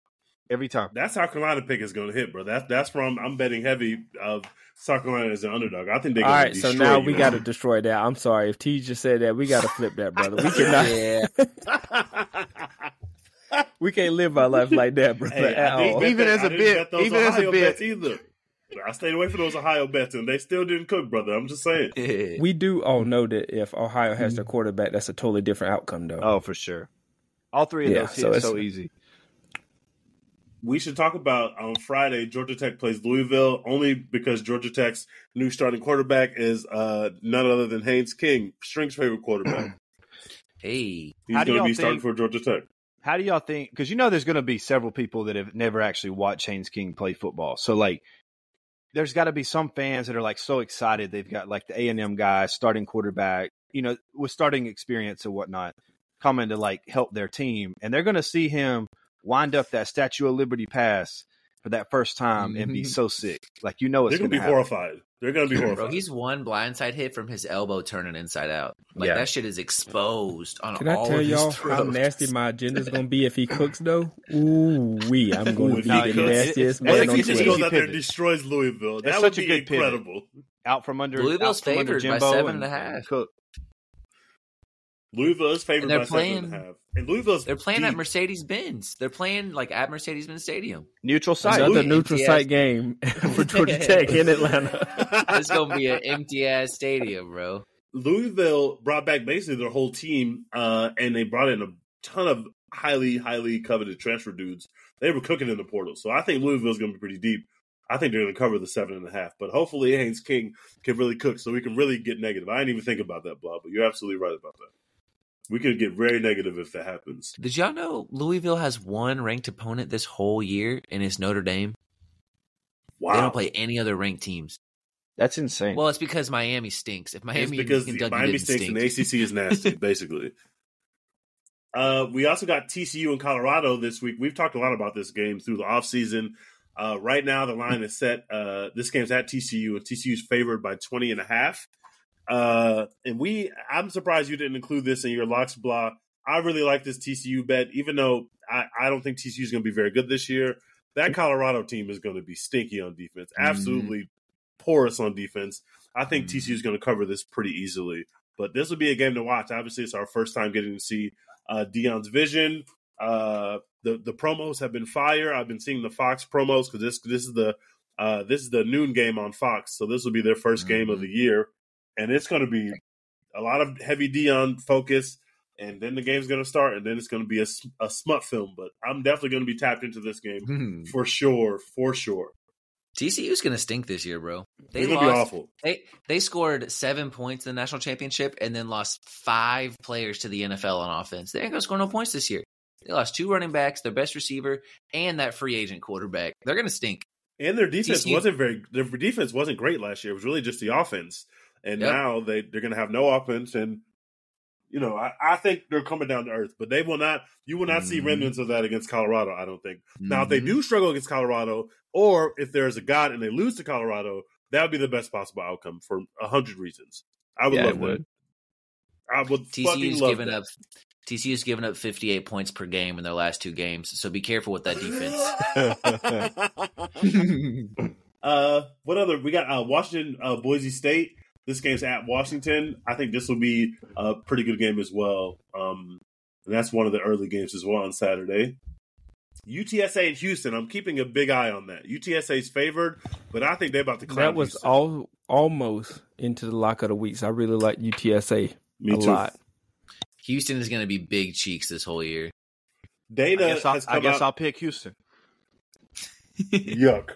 S1: Every
S3: (laughs)
S1: time.
S4: That South Carolina pick is going to hit, bro. That, that's from I'm betting heavy of South Carolina as an underdog. I think they're
S3: All
S4: going
S3: right,
S4: to
S3: so now we got
S4: got
S3: to destroy that. I'm sorry if T just said that. We got to flip that, brother.
S4: (laughs)
S3: We cannot.
S2: yeah.
S3: (laughs) We can't live our life like that, brother.
S4: (laughs) Hey,
S3: at
S4: I didn't
S3: all.
S4: bet
S1: Even
S4: that-
S1: as
S4: I
S1: a
S4: didn't
S1: bit-
S4: bet those
S1: even as a
S4: Ohio
S1: bit.
S4: bets either. I stayed away from those Ohio bets, and they still didn't cook, brother. I'm just saying.
S3: We do all know that if Ohio has
S4: Hmm.
S3: their quarterback, that's a totally different outcome, though.
S1: Oh, for sure. All three of
S3: Yeah,
S1: those
S3: so
S1: hit
S3: it's-
S1: so easy.
S4: we should talk about on Friday. Georgia Tech plays Louisville only because Georgia Tech's new starting quarterback is uh, none other than Haynes King, String's favorite quarterback.
S2: Hey.
S4: He's
S1: How do
S4: going to
S1: y'all
S4: be starting
S1: think-
S4: for Georgia Tech.
S1: How do y'all think? Because you know, there's going to be several people that have never actually watched Haynes King play football. So like, there's got to be some fans that are like so excited they've got like the A and M guy starting quarterback, you know, with starting experience and whatnot, coming to like help their team, and they're going to see him wind up that Statue of Liberty pass for that first time and be so sick. Like you know it's
S4: They're
S1: going
S4: gonna
S1: to
S4: be horrified. They're gonna be horrified.
S2: Bro, he's one blindside hit from his elbow turning inside out. Like
S1: Yeah.
S2: that shit is exposed on
S3: Can
S2: all
S3: I tell
S2: of his
S4: (laughs)
S3: y'all how
S2: throws.
S3: nasty my agenda's gonna be if he cooks though? Ooh wee, I'm gonna
S4: Ooh,
S3: be
S4: if he
S3: the
S4: cooks.
S3: nastiest
S1: What
S3: man
S4: What
S1: if
S4: if
S3: on
S4: he
S1: it's
S4: just
S1: an
S3: Twitter.
S4: goes
S1: easy
S4: out there
S1: pivot.
S4: and destroys Louisville? That
S1: That's
S4: would
S1: such a
S4: be
S1: good pivot.
S4: incredible.
S1: out from under
S2: Louisville's
S1: out from under
S2: favored by
S1: Jimbo
S2: seven and a half.
S1: Cook.
S4: Louisville is favored
S2: And they're
S4: by seven and a
S2: playing-
S4: half. And Louisville's
S2: They're playing at
S4: deep.
S2: Mercedes Benz. They're playing like at Mercedes Benz Stadium.
S1: Neutral site.
S3: Another
S4: Louis-
S3: neutral
S2: Yes.
S3: site game (laughs) for Georgia Tech in
S4: (laughs)
S3: Atlanta.
S2: It's (laughs) gonna
S1: (laughs)
S2: be an empty ass stadium, bro.
S4: Louisville brought back basically their whole team, uh, and they brought in a ton of highly, highly coveted transfer dudes. They were cooking in the portal, so I think Louisville's going to be pretty deep. I think they're going to cover the seven and a half, but hopefully Haynes King can really cook, so we can really get negative. I didn't even think about that, Bob, but you're absolutely right about that. We could get very negative if that happens.
S2: Did y'all know Louisville has one ranked opponent this whole year, and it's Notre Dame. They
S4: Wow,
S2: don't play any other ranked teams.
S1: That's insane.
S2: Well, it's because Miami stinks. If Miami,
S4: it's because
S2: and Kentucky
S4: Miami
S2: didn't
S4: stinks
S2: stink,
S4: and the ACC is nasty, basically. Uh, we also got TCU and Colorado this week. We've talked a lot about this game through the offseason. Uh, right now, the line is set. Uh, this game's at TCU, and TCU's favored by 20 and a half. Uh, and we, I'm surprised you didn't include this in your locks blah. I really like this TCU bet, even though I, I don't think TCU is going to be very good this year. That Colorado team is going to be stinky on defense,
S2: Mm-hmm.
S4: absolutely porous on defense. I think TCU is going to cover this pretty easily. But this will be a game to watch. Obviously, it's our first time getting to see uh, Dion's vision. Uh, the the promos have been fire. I've been seeing the Fox promos because this this is the uh, this is the noon game on Fox, so this will be their 1st game of the year, and it's going to be a lot of heavy Dion focus. And then the game's going to start, and then it's going to be a, s- a smut film. But I'm definitely going to be tapped into this game
S2: (laughs) Hmm.
S4: for sure, for sure.
S2: TCU's gonna stink this year, bro. They
S4: it's going
S2: lost.
S4: to be awful.
S2: They they scored seven points in the national championship and then lost five players to the NFL on offense. They ain't gonna score no points this year. They lost two running backs, their best receiver, and that free agent quarterback. They're gonna stink.
S4: And their defense
S2: TCU
S4: wasn't very their defense wasn't great last year. It was really just the offense. And
S2: Yep.
S4: now they they're gonna have no offense and you know, I, I think they're coming down to earth, but they will not you will not see
S2: Mhm.
S4: remnants of that against Colorado, I don't think. Now if they do struggle against Colorado, or if there is a God and they lose to Colorado, that would be the best possible outcome for a hundred reasons. I would
S3: Yeah,
S4: love
S3: it
S4: that.
S3: would.
S4: I would fucking
S2: TCU's
S4: love
S2: given
S4: that.
S2: up TCU's given up 58 points per game in their last two games. So be careful with that
S4: (laughs)
S2: defense.
S4: (laughs) uh, what other? We got uh, Washington, uh, Boise State. This game's at Washington. I think this will be a pretty good game as well. Um, and that's one of the early games as well on Saturday. UTSA and Houston. I'm keeping a big eye on that. UTSA's favored, but I think they're about to climb.
S3: That was
S4: Houston.
S3: all almost into the lock of the weeks. I really like UTSA
S4: Me
S3: a
S4: too.
S3: lot.
S2: Houston is going to be big cheeks this whole year.
S1: I
S4: Dana
S1: guess, I'll,
S4: has come
S1: I guess
S4: out.
S1: I'll pick Houston.
S4: Yuck.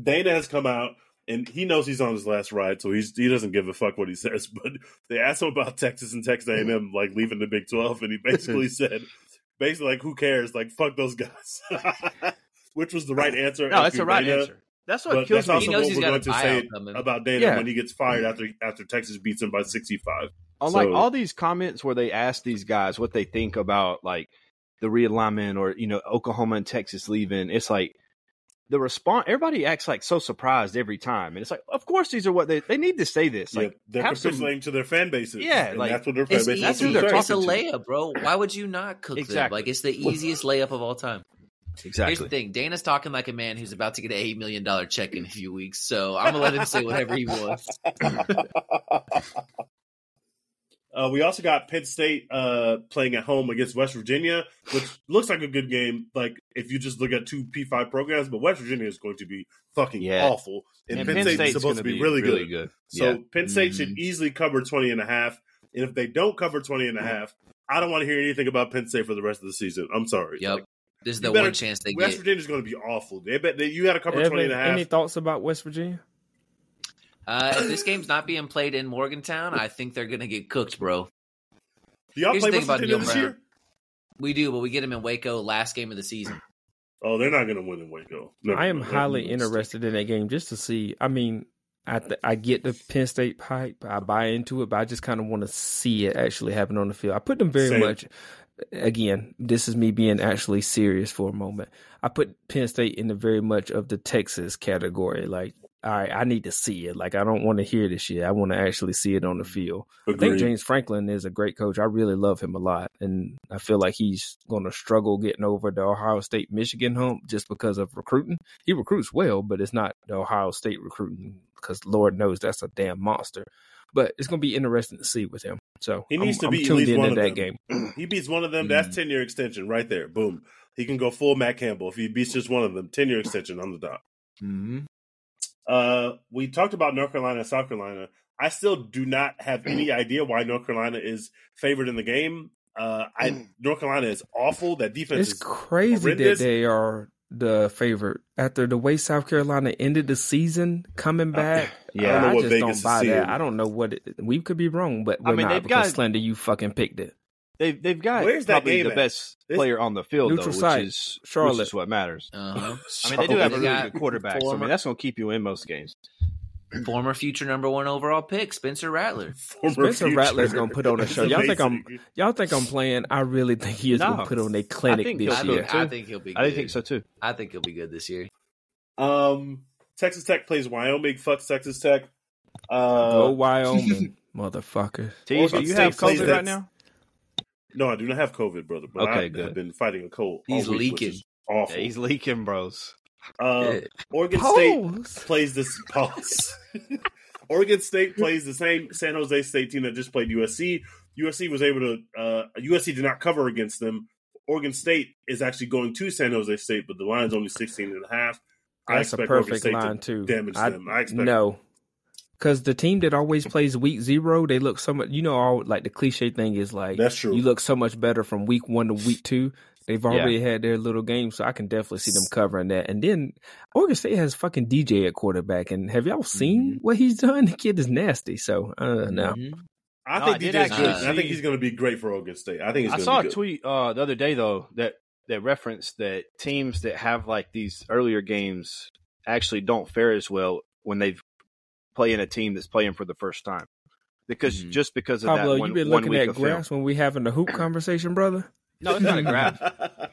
S4: Dana has come out and he knows he's on his last ride, so he's he doesn't give a fuck what he says. (laughs) But they asked him about Texas and Texas
S1: Mm-hmm.
S4: A&M like leaving the Big Twelve, and he
S1: (laughs)
S4: basically said, basically like, who cares? Like fuck those guys, (laughs) which was
S1: (laughs)
S4: the right (laughs) answer.
S1: No,
S4: if
S1: that's
S4: you're
S1: the right
S4: Dana.
S1: answer. That's what
S4: But
S1: kills me.
S4: that's also
S2: He knows
S4: what
S2: he's
S4: we're
S2: got a
S4: going to say
S2: buyout coming.
S4: about Dana
S1: Yeah. Mm-hmm.
S4: when he gets fired after after Texas beats him by sixty five.
S1: Unlike
S4: So-
S1: all these comments where they ask these guys what they think about like the realignment or you know Oklahoma and Texas leaving, it's like the response. Everybody acts like so surprised every time, and it's like, of course these are what they they need to say this. Like
S4: they're
S1: have some-
S4: capitulating to their fan bases.
S1: Yeah,
S4: and
S1: like,
S4: that's what their fan
S2: It's,
S4: bases.
S1: that's who
S2: easy.
S1: they're
S2: it's a
S1: talking to.
S2: layup, bro. Why would you not cook them?
S1: Exactly.
S2: Like it's the easiest layup of all time. Here's the
S1: exactly.
S2: thing: Dana's talking like a man who's about to get an eight million dollar check in a few weeks. So I'm gonna let him say whatever
S1: (laughs)
S2: he wants.
S4: Uh, we also got Penn State uh, playing at home against West Virginia,
S3: (sighs)
S4: which looks like a good game. Like if you just look at two P five programs, but West Virginia is going to be fucking
S1: Yeah.
S4: awful, and, Penn, State is supposed to be, really, good. So
S1: yeah.
S4: Penn State
S2: Mm-hmm.
S4: should easily cover 20 and a half. And if they don't cover 20 and a half, I don't want to hear anything about Penn State for the rest of the season. I'm sorry.
S2: Yep,
S4: Like,
S2: this is
S4: you
S2: the
S4: better-
S2: one chance they
S4: West
S2: get.
S4: Virginia's going to be awful. They bet they, you got to cover 20
S3: Evan,
S4: and a half.
S3: any thoughts about West Virginia?
S2: Uh, if this game's not being played in Morgantown, I think they're gonna get cooked, bro.
S4: Do y'all
S2: Here's
S4: play
S2: the
S4: West
S2: thing about
S4: Virginia
S2: Neil
S4: this
S2: Brown.
S4: year?
S2: We do, but we get him in Waco last game of the season.
S4: Oh, they're not going to win in Waco. Never
S3: I am
S4: mind.
S3: highly
S4: That's-
S3: interested in that game just to see. I mean, I th- I get the Penn State hype, I buy into it, but I just kind of want to see it actually happen on the field. I put them very
S4: Same.
S3: much again, this is me being actually serious for a moment. I put Penn State in the very much of the Texas category. Like, all right, I need to see it. Like, I don't want to hear this shit. I want to actually see it on the field. I think James Franklin is a great coach. I really love him a lot, and I feel like he's going to struggle getting over the Ohio State Michigan hump just because of recruiting. He recruits well, but it's not the Ohio State recruiting because Lord knows that's a damn monster. But it's going to be interesting to see with him. So
S4: He needs
S3: I'm,
S4: to
S3: I'm
S4: be at
S3: tuned
S4: least
S3: into
S4: one of
S3: that
S4: them.
S3: game.
S4: he beats one of them. That's ten year extension right there. Boom. He can go full Matt Campbell if he beats just one of them. Ten year extension on the dot.
S1: Mm-hmm.
S4: Uh, we talked about North Carolina and South Carolina. I still do not have any idea why North Carolina is favored in the game. Uh, I North Carolina is awful. That defense
S3: It's
S4: is
S3: crazy
S4: horrendous.
S3: that they are the favorite after the way South Carolina ended the season, coming back.
S1: yeah, I
S4: don't know
S3: I,
S4: what
S3: just
S4: Vegas
S3: don't
S4: is
S3: buy
S4: seeing.
S3: that. I don't know what it, we could be wrong, but
S1: I
S3: we're
S1: mean,
S3: not
S1: they've
S3: because
S1: got-
S3: Slender, you fucking picked it.
S1: They've they've got
S4: Where's that
S1: probably
S4: game
S1: the
S4: at?
S1: best
S4: This-
S1: player on the field though,
S3: Neutral
S1: which
S3: site,
S1: is which
S3: Charlotte.
S1: is what matters. (laughs)
S2: Uh-huh.
S1: I mean, they do
S2: So
S1: have a
S2: they
S1: really
S2: got
S1: good quarterback, so I
S2: former-
S1: mean that's going to keep you in most games.
S2: Former future number one overall pick, Spencer Rattler.
S4: (laughs) former
S3: Spencer
S4: future.
S3: Rattler's gonna put on a
S4: It's
S3: show. Y'all think I'm-
S4: amazing.
S3: Y'all think I'm playing? I really think he is
S1: No.
S3: gonna put on a
S1: I
S3: clinic
S1: think
S3: this
S2: I
S1: he'll do
S3: year.
S1: it.
S2: think, I think he'll be good.
S1: I think so too.
S2: I think he'll be good this year.
S4: Um, Texas Tech plays Wyoming. Fucks Texas Tech. Uh,
S3: Go
S4: (laughs)
S3: Wyoming, motherfucker.
S1: Tease, do you
S4: State
S1: have
S4: plays
S1: COVID
S4: Texas-
S1: right now?
S4: No, I do not have COVID, brother. But
S1: Okay,
S4: I have
S1: good.
S4: been fighting a cold. all
S2: He's
S4: week, which
S2: leaking.
S4: is Awful.
S1: Yeah, he's leaking, bros. Oh.
S4: Uh, Oregon State
S3: Pose.
S4: plays this (laughs) pause. Oregon State plays the same San Jose State team that just played USC. USC was able to. Uh, USC did not cover against them. Oregon State is actually going to San Jose State, but the line's only 16 and a half. I
S3: That's a
S4: expect Oregon
S3: perfect
S4: State
S3: line
S4: to
S3: too.
S4: damage them. I expect
S3: no, because the team that always plays week zero, they look so much. You know, all like the cliche thing is like
S4: That's true.
S3: You look so much better from week one to week two. They've already had their little game, so I can definitely see them covering that. And then Oregon State has fucking DJ at quarterback, and have y'all seen
S4: Mm-hmm.
S3: what he's done? (laughs) The kid is nasty. So uh, no,
S2: Mhm.
S4: I
S1: No, I
S4: think
S1: did
S4: DJ's good.
S2: actually
S4: and I think
S1: see-
S4: he's going to be great for Oregon State. I think he's
S1: I
S4: going
S1: saw
S4: to
S1: a
S4: be good.
S1: tweet uh, the other day though that that referenced that teams that have like these earlier games actually don't fare as well when they play in a team that's playing for the first time because
S2: Mhm.
S1: just because of
S3: Pablo,
S1: that one,
S3: you been
S1: one
S3: looking
S1: week
S3: at
S1: of film.
S3: graphs when we having the hoop conversation, brother.
S1: No, it's
S3: (laughs)
S1: not a graph. (laughs)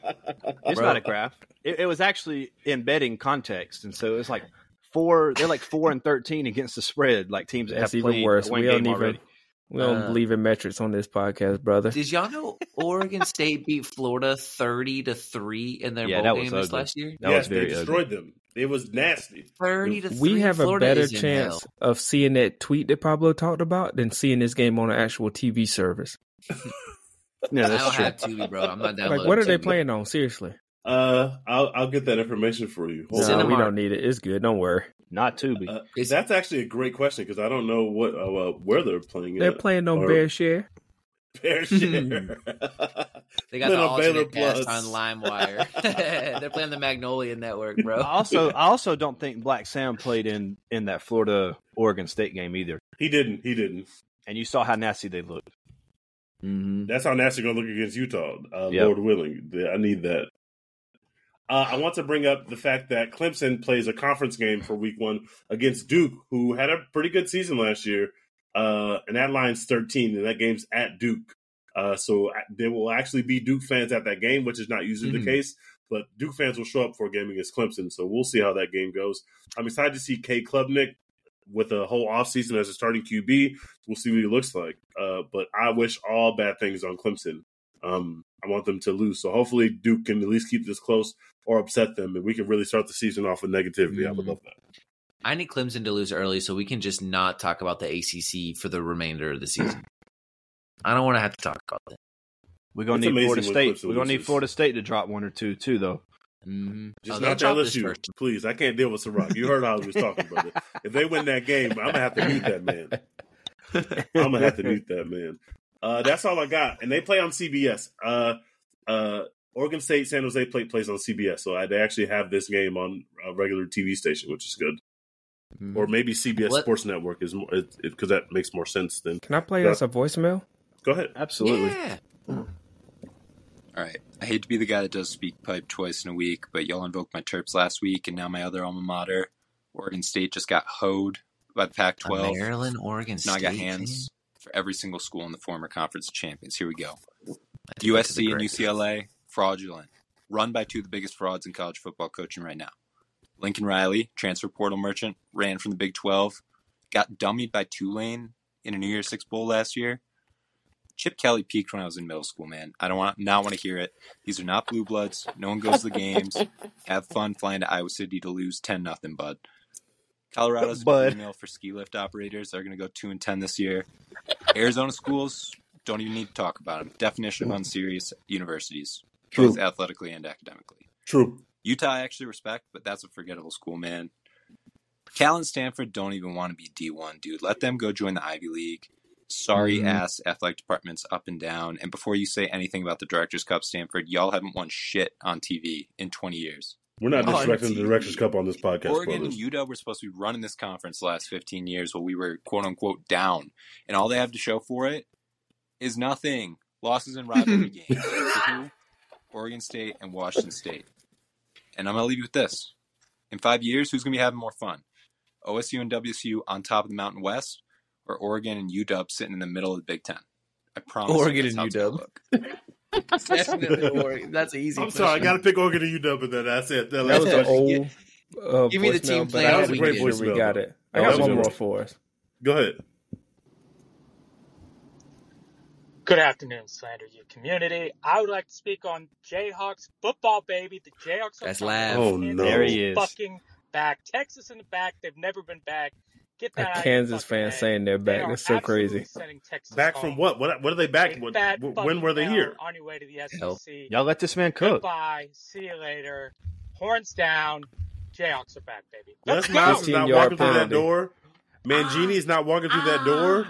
S1: It's
S2: Bro.
S1: not a graph. It, it was actually embedding context, and so it's like four. They're like four and thirteen against the spread. Like teams that (clears throat)
S3: That's
S1: have
S3: even
S1: played
S3: worse.
S1: one
S3: We
S1: game
S3: don't even
S1: already.
S3: we don't
S2: Uh,
S3: believe in metrics on this podcast, brother.
S2: Did y'all know Oregon State beat Florida thirty to three in their
S1: Yeah, that
S2: bowl
S1: was
S2: game this
S1: ugly.
S2: last year?
S1: That
S4: yes,
S1: was very
S4: they
S1: ugly.
S4: destroyed them. It was nasty.
S2: Thirty to three.
S3: we have a
S2: Florida
S3: better
S2: is in
S3: chance
S2: hell.
S3: of seeing that tweet that Pablo talked about than seeing this game on an actual TV service.
S1: Yeah,
S2: I
S1: that's
S2: don't
S1: true.
S2: have TV, bro.
S3: (laughs)
S2: I'm not downloading.
S3: Like, what are they
S2: TV.
S3: playing on? Seriously,
S4: Uh, I'll I'll get that information for you. Hold
S2: Is
S3: no,
S2: it
S4: on.
S2: a
S3: we
S2: mar-
S3: don't need it. It's good. Don't worry.
S1: Not to be.
S4: Uh,
S2: Is-
S4: that's actually a great question because I don't know what uh, uh, where they're playing.
S3: They're
S4: at.
S3: playing on
S4: Or-
S3: Bear Share.
S4: (laughs) Bear share.
S2: They got
S4: Little
S2: the alternate
S4: Baylor
S2: cast
S4: Plus.
S2: on LimeWire. (laughs) They're playing the Magnolia Network,
S1: I
S9: (laughs)
S2: bro.
S1: also, I also don't think Black Sam played in in that Florida Oregon State game either.
S4: (laughs) he didn't. He didn't.
S1: And you saw how nasty they looked.
S2: Mm-hmm.
S4: That's how nasty gonna look against Utah. Uh,
S1: Yep.
S4: Lord willing, The- I need that. Uh, I want to bring up the fact that Clemson plays a conference game for Week One against Duke, who had a pretty good season last year, uh, and that line's thirteen, and that game's at Duke. Uh, so I- there will actually be Duke fans at that game, which is not usually
S2: Mhm.
S4: the case. But Duke fans will show up for a game against Clemson, so we'll see how that game goes. I'm excited to see K. Klubnik with a whole offseason as a starting QB. We'll see what he looks like. Uh, but I wish all bad things on Clemson. Um, I want them to lose. So hopefully Duke can at least keep this close or upset them, and we can really start the season off with negativity. I would love that.
S2: I need Clemson to lose early so we can just not talk about the ACC for the remainder of the season. I don't want to have to talk about that.
S1: We're gonna
S4: It's
S1: need
S4: amazing
S1: Florida
S4: what
S1: State.
S4: Clemson
S1: We're gonna need
S4: loses.
S1: Florida State to drop one or two too, though.
S2: Mm-hmm.
S4: Just not
S2: drop
S4: not
S2: this
S4: LSU,
S2: first.
S4: please. I can't deal with Ciroc. You heard how he was talking about it.
S1: (laughs)
S4: If they win that game, I'm gonna have to mute that man. I'm gonna have to mute that man. Uh, that's all I got. And they play on CBS. Uh, uh, Oregon State, San Jose play plays on CBS, so I, they actually have this game on a regular TV station, which is good.
S9: mm-hmm.
S2: Mhm.
S4: Or maybe CBS
S2: What-
S4: Sports Network is more because it, 'cause that makes more sense. Then
S3: Can I play
S4: Yeah.
S3: us a
S1: (laughs)
S3: voicemail?
S4: go ahead.
S1: (laughs) Absolutely.
S2: Yeah.
S9: All right. I hate to be the guy that does speak pipe twice in a week, but y'all invoked my Terps last week, and now my other alma mater, Oregon State, just got hoed by the Pac
S2: A
S9: 12.
S2: Maryland, Oregon
S9: Now I
S2: State.
S9: got
S2: fan?
S9: hands for every single school in the former conference champions. Here we go.
S2: I think that's the
S9: USC and
S2: correct-
S9: UCLA, fraudulent. Run by two of the biggest frauds in college football coaching right now. Lincoln Riley, transfer portal merchant, ran from the Big 12, got dummied by Tulane in a New Year's Six Bowl last year. Chip Kelly peaked when I was in middle school, man. I don't want not want to hear it. These are not blue bloods. No one goes to the games. Have fun flying to Iowa City to lose ten nothing, bud. Colorado's
S1: Bud.
S9: email for ski lift operators. They're going to go two and ten this year. Arizona schools don't even need to talk about them. Definition of unserious universities, both
S4: True.
S9: athletically and academically.
S4: True.
S9: Utah, I actually respect, but that's a forgettable school, man. Cal and Stanford don't even want to be D1, dude. Let them go join the Ivy League. Sorry
S3: Mhm.
S9: ass athletic departments up and down. And before you say anything about the Directors Cup, Stanford, y'all haven't won shit on TV in 20 years.
S4: We're not
S9: On
S4: disrespecting the
S9: TV.
S4: Directors Cup on this podcast,
S9: Oregon and
S4: brothers.
S9: UW were supposed to be running this conference the last 15 years while we were quote unquote down. And all they have to show for it is nothing losses
S2: (laughs)
S9: in rivalry games. To who? Oregon State and Washington State. And I'm going to leave you with this. In five years, who's going to be having more fun? OSU and WSU on top of the Mountain West or Oregon and UW sitting in the middle of the Big Ten? I promise. you
S2: Oregon
S9: that's
S2: and
S9: how it's gonna
S2: UW.
S9: look.
S2: (laughs) Definitely Oregon. That's an easy.
S4: I'm sorry, I
S2: push.
S4: got to pick Oregon and UW, and then that's it. That
S3: That
S4: last
S3: was
S2: Yeah.
S3: an
S4: question.
S3: old.
S2: Yeah.
S3: Uh,
S2: Give me the
S3: voicemail,
S2: team
S3: but
S2: plan
S3: I
S4: that was a
S3: think
S4: great
S3: we
S4: voicemail.
S3: got it. I
S4: That
S3: got
S4: was a
S3: one
S4: good
S3: more
S4: one.
S3: for us.
S4: Go ahead.
S10: Good afternoon, Slander You community. I would like to speak on Jayhawks football, baby. The Jayhawks are
S2: That's
S10: coming.
S2: live.
S4: Oh
S10: Kansas
S1: There
S4: no!
S1: he is.
S10: fucking back. Texas in the back. They've never been back. Get
S3: A
S10: that out of your
S3: Kansas
S10: fucking
S3: fan
S10: head.
S3: saying they're
S10: They
S3: back.
S10: are
S3: That's so
S10: absolutely
S3: crazy.
S10: sending Texas
S4: Back
S7: Oh.
S10: home.
S4: from what? What? What are they back?
S10: Big
S4: What,
S10: fat
S4: when
S10: fucking
S4: were they
S10: L
S4: here?
S10: on your way to the
S2: Hell.
S10: SEC.
S1: Y'all let this man cook.
S10: Goodbye. See you later. Horns down. Jayhawks are back, baby. Let's
S4: Les Miles is
S10: go.
S3: 15
S4: not
S3: yard
S4: walking through that
S3: penalty.
S4: door. Mangini is not walking through that door.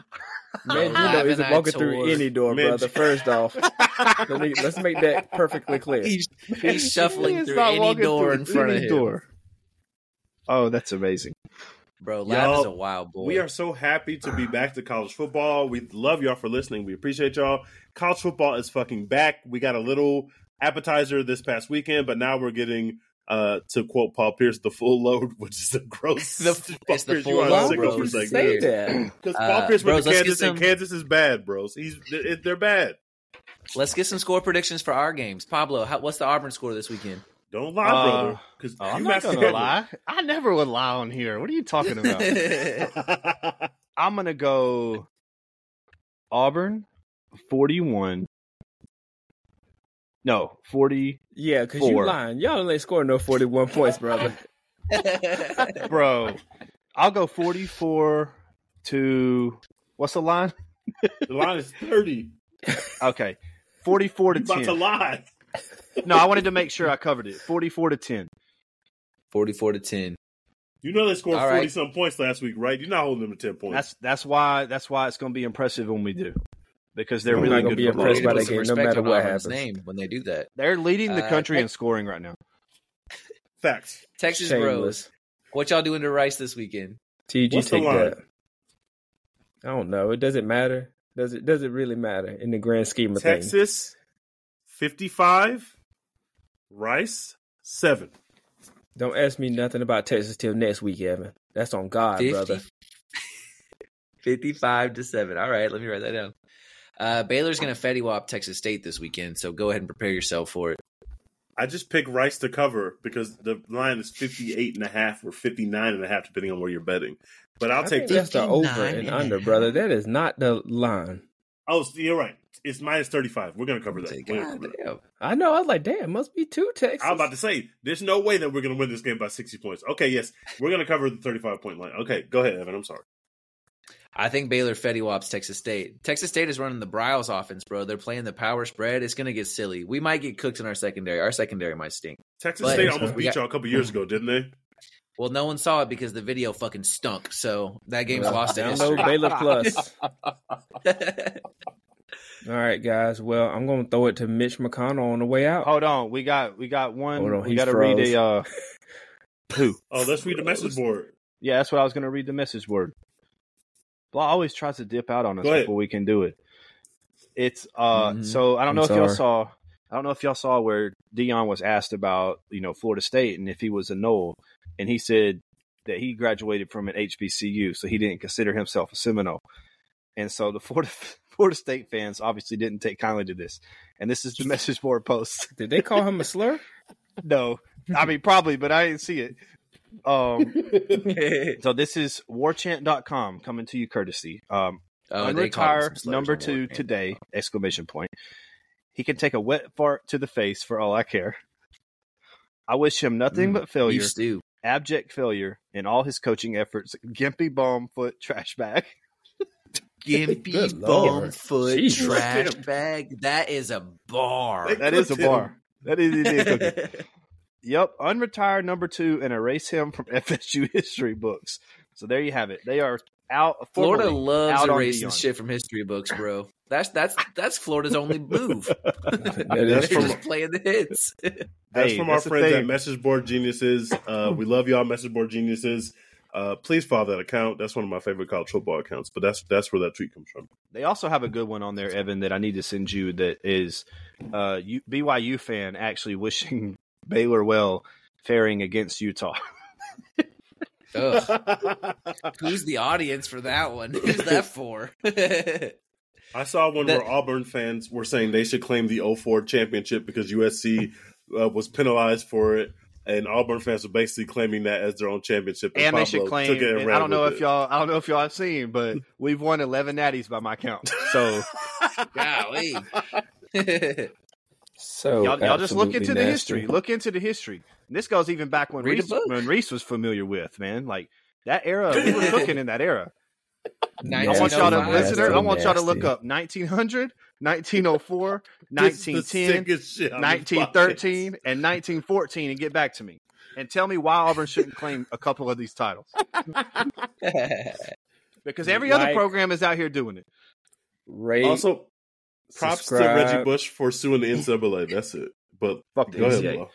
S3: Man,
S2: Bro,
S3: you know,
S2: live
S3: isn't
S2: and I
S3: walking through
S2: tore.
S3: any door,
S4: Man,
S3: brother.
S4: G-
S3: First off,
S4: (laughs)
S3: let me, let's make that perfectly clear.
S2: He's, he's shuffling
S1: It's
S2: through
S1: not
S2: any
S1: walking
S2: door
S1: through
S2: in front of
S1: any
S2: him.
S1: door. Oh, that's amazing.
S2: Bro, Lab
S4: Y'all,
S2: is a wild boy.
S4: We are so happy to be back to college football. We love y'all for listening. We appreciate y'all. College football is fucking back. We got a little appetizer this past weekend, but now we're getting, uh, to quote Paul Pierce, the full load, (laughs) which is a gross.
S2: The f-
S4: Paul
S2: it's the
S4: Pierce,
S2: full
S4: you are
S2: load,
S4: sick
S2: bro.
S4: of
S3: you
S4: us like
S3: say
S4: this.
S3: that?
S4: Because
S2: Uh,
S4: Paul Pierce went
S2: bros,
S4: to
S2: let's get
S4: Kansas,
S2: some-
S4: and Kansas is bad, bros. He's they're they're bad.
S2: (clears throat) Let's get some score predictions for our games. Pablo, how, what's the Auburn score this weekend?
S4: Don't lie,
S1: Uh,
S4: brother. Because
S1: Oh, I'm not
S4: (laughs)
S1: gonna lie. I never would lie on here. What are you talking about? I'm gonna go Auburn 41. No, 40.
S3: Yeah, because you
S1: Four.
S3: lying. Y'all ain't scoring no 41 points, brother.
S1: Bro, I'll go 44 to what's the line?
S4: The line is thirty.
S1: Okay, 44 to
S4: You about to
S1: 10.
S4: lie.
S1: No, I wanted to make sure I covered it. 44 to 10.
S2: 44 to 10.
S4: You know they scored
S2: All right.
S4: forty some points last week, right? You're not holding them to ten points.
S1: That's that's why that's why it's gonna be impressive when we do because they're
S3: I'm
S1: really
S3: not
S1: good.
S3: gonna be
S1: football
S3: impressed by
S1: team.
S3: that
S2: Put some
S3: game,
S2: respect
S3: no matter
S2: on
S3: what
S2: Auburn's
S3: happens.
S2: name when they do that.
S1: They're leading the
S2: Uh,
S1: country in
S2: Tex-
S1: scoring right now.
S4: Facts.
S2: Texas Bros.
S3: Shameless.
S2: What y'all doing to Rice this weekend?
S3: TG
S4: What's the
S3: take
S4: line?
S3: that. I don't know. It doesn't matter. Does it? Does it really matter in the grand scheme of things?
S4: Texas, fifty-five. Rice, seven.
S3: Don't ask me nothing about Texas till next week, Evan. That's on God,
S2: 50 (laughs)
S3: brother.
S2: 55 to 7. All right, let me write that down. Uh, Baylor's going to Fetty Wap Texas State this weekend, so go ahead and prepare yourself for it.
S4: I just pick Rice to cover because the line is 58 and a half or 59 and a half, depending on where you're betting. But I'll
S3: I think
S4: take that.
S3: that's the over
S2: 59
S3: and
S2: and a
S3: under,
S2: half.
S3: brother. That is not the line.
S4: Oh, so you're right. It's minus 35. We're going to cover that.
S2: Take-
S4: We're gonna
S2: God
S4: cover that.
S2: damn.
S3: I know. I was like, damn, must be two Texas.
S4: I'm about to say, there's no way that we're going to win this game by 60 points. Okay, yes, we're going to cover the 35 point line. Okay, go ahead, Evan. I'm sorry.
S2: I think Baylor Fetty Wops Texas State. Texas State is running the Bryles offense, bro. They're playing the power spread. It's going to get silly. We might get cooked in our secondary. Our secondary might stink.
S4: Texas
S2: But-
S4: State almost
S2: We
S4: beat
S2: got-
S4: y'all a couple years ago, didn't they?
S2: Well, no one saw it because the video fucking stunk. So that game's
S3: Well,
S2: lost to history. (laughs) Oh,
S3: Download Baylor
S4: (laughs)
S3: Plus. All right, guys. Well, I'm gonna throw it to Mitch McConnell on the way out.
S1: Hold on, we got we got one.
S3: Oh. Hold on,
S1: we
S3: he's
S1: got to read
S3: froze.
S1: a. Uh, who?
S4: Oh, let's read the message board.
S1: Yeah, that's what I was going to read the message word. Blah always tries to dip out on us
S4: Go ahead.
S1: before we can do it. It's uh
S2: Mhm.
S1: so I don't
S3: Mm-hmm. I'm
S1: know if y'all
S3: sorry.
S1: saw I don't know if y'all saw where Dion was asked about, you know, Florida State and if he was a Noel and he said that he graduated from an HBCU, so he didn't consider himself a Seminole. And so the Florida (laughs) Florida State fans obviously didn't take kindly to this. And this is the (laughs) message board post.
S3: Did they call him
S1: (laughs)
S3: a slur?
S1: no. I mean, probably, but I didn't see it. Um, (laughs) so this is warchant.com coming to you courtesy. Um,
S2: Oh, they called him some
S1: unretire
S2: slurs
S1: number
S2: on
S1: two
S2: Warchant.
S1: today, exclamation point. He can take a wet fart to the face for all I care. I wish him nothing
S2: Mm,
S1: but failure,
S2: Beef stew.
S1: abject failure in all his coaching efforts. Gimpy bomb foot trash bag. (laughs)
S2: Gimpy
S11: Good
S2: bum
S11: Lord.
S2: foot
S3: Jesus.
S2: trash bag. That is a bar.
S1: That is a
S4: Clipped him.
S1: bar. That is it. Is cooking. Yep, unretire number two and erase him from (laughs) FSU history books. So there you have it. They are out.
S2: Florida
S1: formally
S2: loves
S1: out on
S2: erasing
S1: Deion.
S2: shit from history books, bro. That's that's that's Florida's only
S1: (laughs)
S2: move. They're
S3: That
S4: That's from-
S2: just playing the hits.
S4: That's
S1: Hey,
S4: from our
S1: that's the
S4: friends at
S1: thing.
S4: Message Board Geniuses.
S1: (laughs)
S4: Uh, we love y'all, Message Board Geniuses. Uh, please follow that account. That's one of my favorite college football accounts. But that's that's where that tweet comes from.
S1: They also have a good one on there, Evan, that I need to send you. That is, uh, U- BYU fan actually wishing (laughs) Baylor well, faring against
S4: (laughs)
S1: Utah.
S2: Ugh. Who's the audience for that
S3: (laughs)
S2: one? Who's that for? (laughs)
S4: I saw one
S2: That-
S4: where Auburn fans were saying they should claim the 04 championship because USC uh, was penalized for it, and Auburn fans were basically claiming that as their own championship.
S1: and they should
S4: Pablo
S1: claim.
S4: took it and
S1: and
S4: ran
S1: I don't know
S4: with
S1: if
S4: it.
S1: y'all, I don't know if y'all have seen, but we've won eleven natties by my count. (laughs) So (laughs)
S2: Golly.
S3: Oh,
S11: So
S1: y'all, y'all just look
S11: absolutely
S1: into the
S11: nasty.
S1: history. Look into the history. And this goes even back when
S2: Read a
S1: Reese,
S2: book.
S1: when Reese was familiar with man, like that era. We were cooking in that era. I want y'all to
S2: 1905.
S1: listener. I want y'all to look
S11: Nasty.
S1: up 1900, 1904,
S4: This is the
S1: 1910,
S4: sickest shit on this
S1: 1913, and 1914, and get back to me and tell me why Auburn shouldn't claim a couple of these titles
S2: (laughs)
S1: because every other
S3: Like-
S1: program is out here doing it.
S4: podcast.
S3: Rate,
S4: (laughs) Also, props
S3: subscribe.
S4: to Reggie Bush for suing the NCAA. That's it. But
S1: Fuck the
S4: go ahead,
S1: NCAA.
S4: Lo.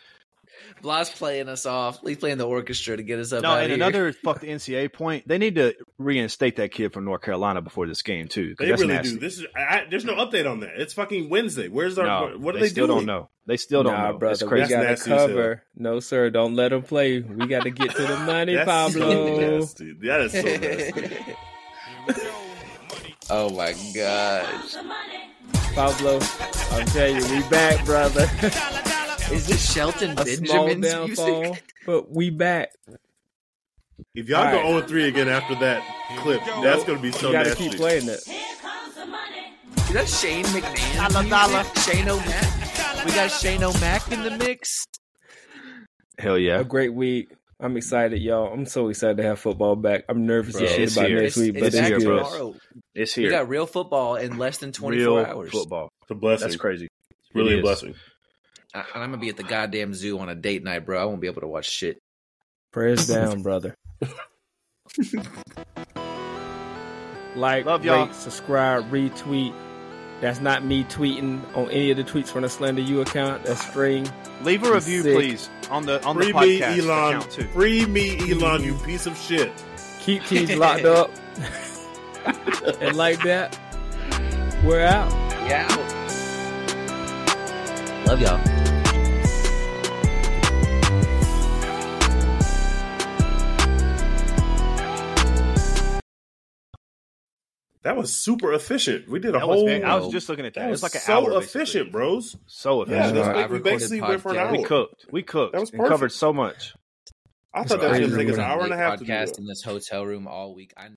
S2: Blas playing us off. He's playing the orchestra to get us up.
S1: No,
S2: out
S1: and
S2: here. (laughs)
S1: another fuck the NCAA point. They need to reinstate that kid from North Carolina before this game too. 'cause
S4: They
S1: that's
S4: really
S1: nasty.
S4: do. This is I, I- there's no update on that. It's fucking Wednesday. Where's our?
S1: No,
S4: what are
S1: they
S4: they,
S1: still
S4: doing?
S1: don't know. They still don't
S3: nah,
S1: know. That's
S3: brother, we
S1: crazy.
S4: got-
S3: gotta
S4: That's nasty as hell.
S3: cover. No, sir, don't let them play. We gotta get
S1: (laughs)
S3: to the money,
S4: That's so
S3: Pablo.
S4: nasty. That is so nasty.
S2: oh my gosh.
S3: Pablo, I'm telling you, we back, brother. (laughs)
S2: Is this Shelton
S3: A small
S2: Benjamin's
S3: downfall,
S2: music?
S3: but we back.
S4: If y'all all
S3: All
S4: go
S3: right.
S4: 0 3 again after that clip, that's going to be so
S3: we gotta
S4: nasty.
S3: keep playing it.
S2: Is that Shane McMahon? Shane O'Mac. We got Shane O'Mac in the mix.
S1: Hell yeah.
S3: A great week. I'm excited, y'all. I'm so excited to have football back. I'm nervous
S1: Bro,
S3: as shit
S1: it's
S3: about
S1: here.
S3: next week, but
S1: it's
S3: it's,
S1: here,
S3: good.
S1: bro.
S2: tomorrow.
S1: It's
S2: We
S1: here.
S2: got real football in less than 24
S1: Real
S2: hours.
S1: football.
S4: It's a blessing.
S1: That's crazy.
S4: Really
S1: It
S4: a
S1: is.
S4: blessing.
S2: I, and I'm gonna be at the goddamn zoo on a date night, bro. I won't be able to watch shit.
S1: (laughs)
S3: Prayers down, brother. like,
S1: Love y'all.
S3: rate, subscribe, retweet. That's not me tweeting on any of the tweets from the Slender U account. That's Spring.
S1: Leave a
S3: I'm
S1: review,
S3: sick.
S1: please, on the on
S4: Free
S1: the
S4: me,
S1: podcast
S4: Elon.
S1: account too.
S4: Free me, Elon, you piece of shit.
S3: Keep teams locked up.
S1: (laughs)
S3: and like that, we're out.
S2: Yeah. Love y'all.
S4: That was super efficient. We did a
S1: That was
S4: whole.
S1: very, I was just looking at that.
S4: that
S1: It was
S4: was
S1: like an
S4: so
S1: hour. basically.
S4: efficient, bros.
S1: So
S4: Yeah,
S1: efficient.
S4: this,
S2: I've
S4: we
S2: recorded
S4: basically went for an
S2: podcast.
S4: hour.
S1: we cooked. We cooked.
S4: That was
S1: and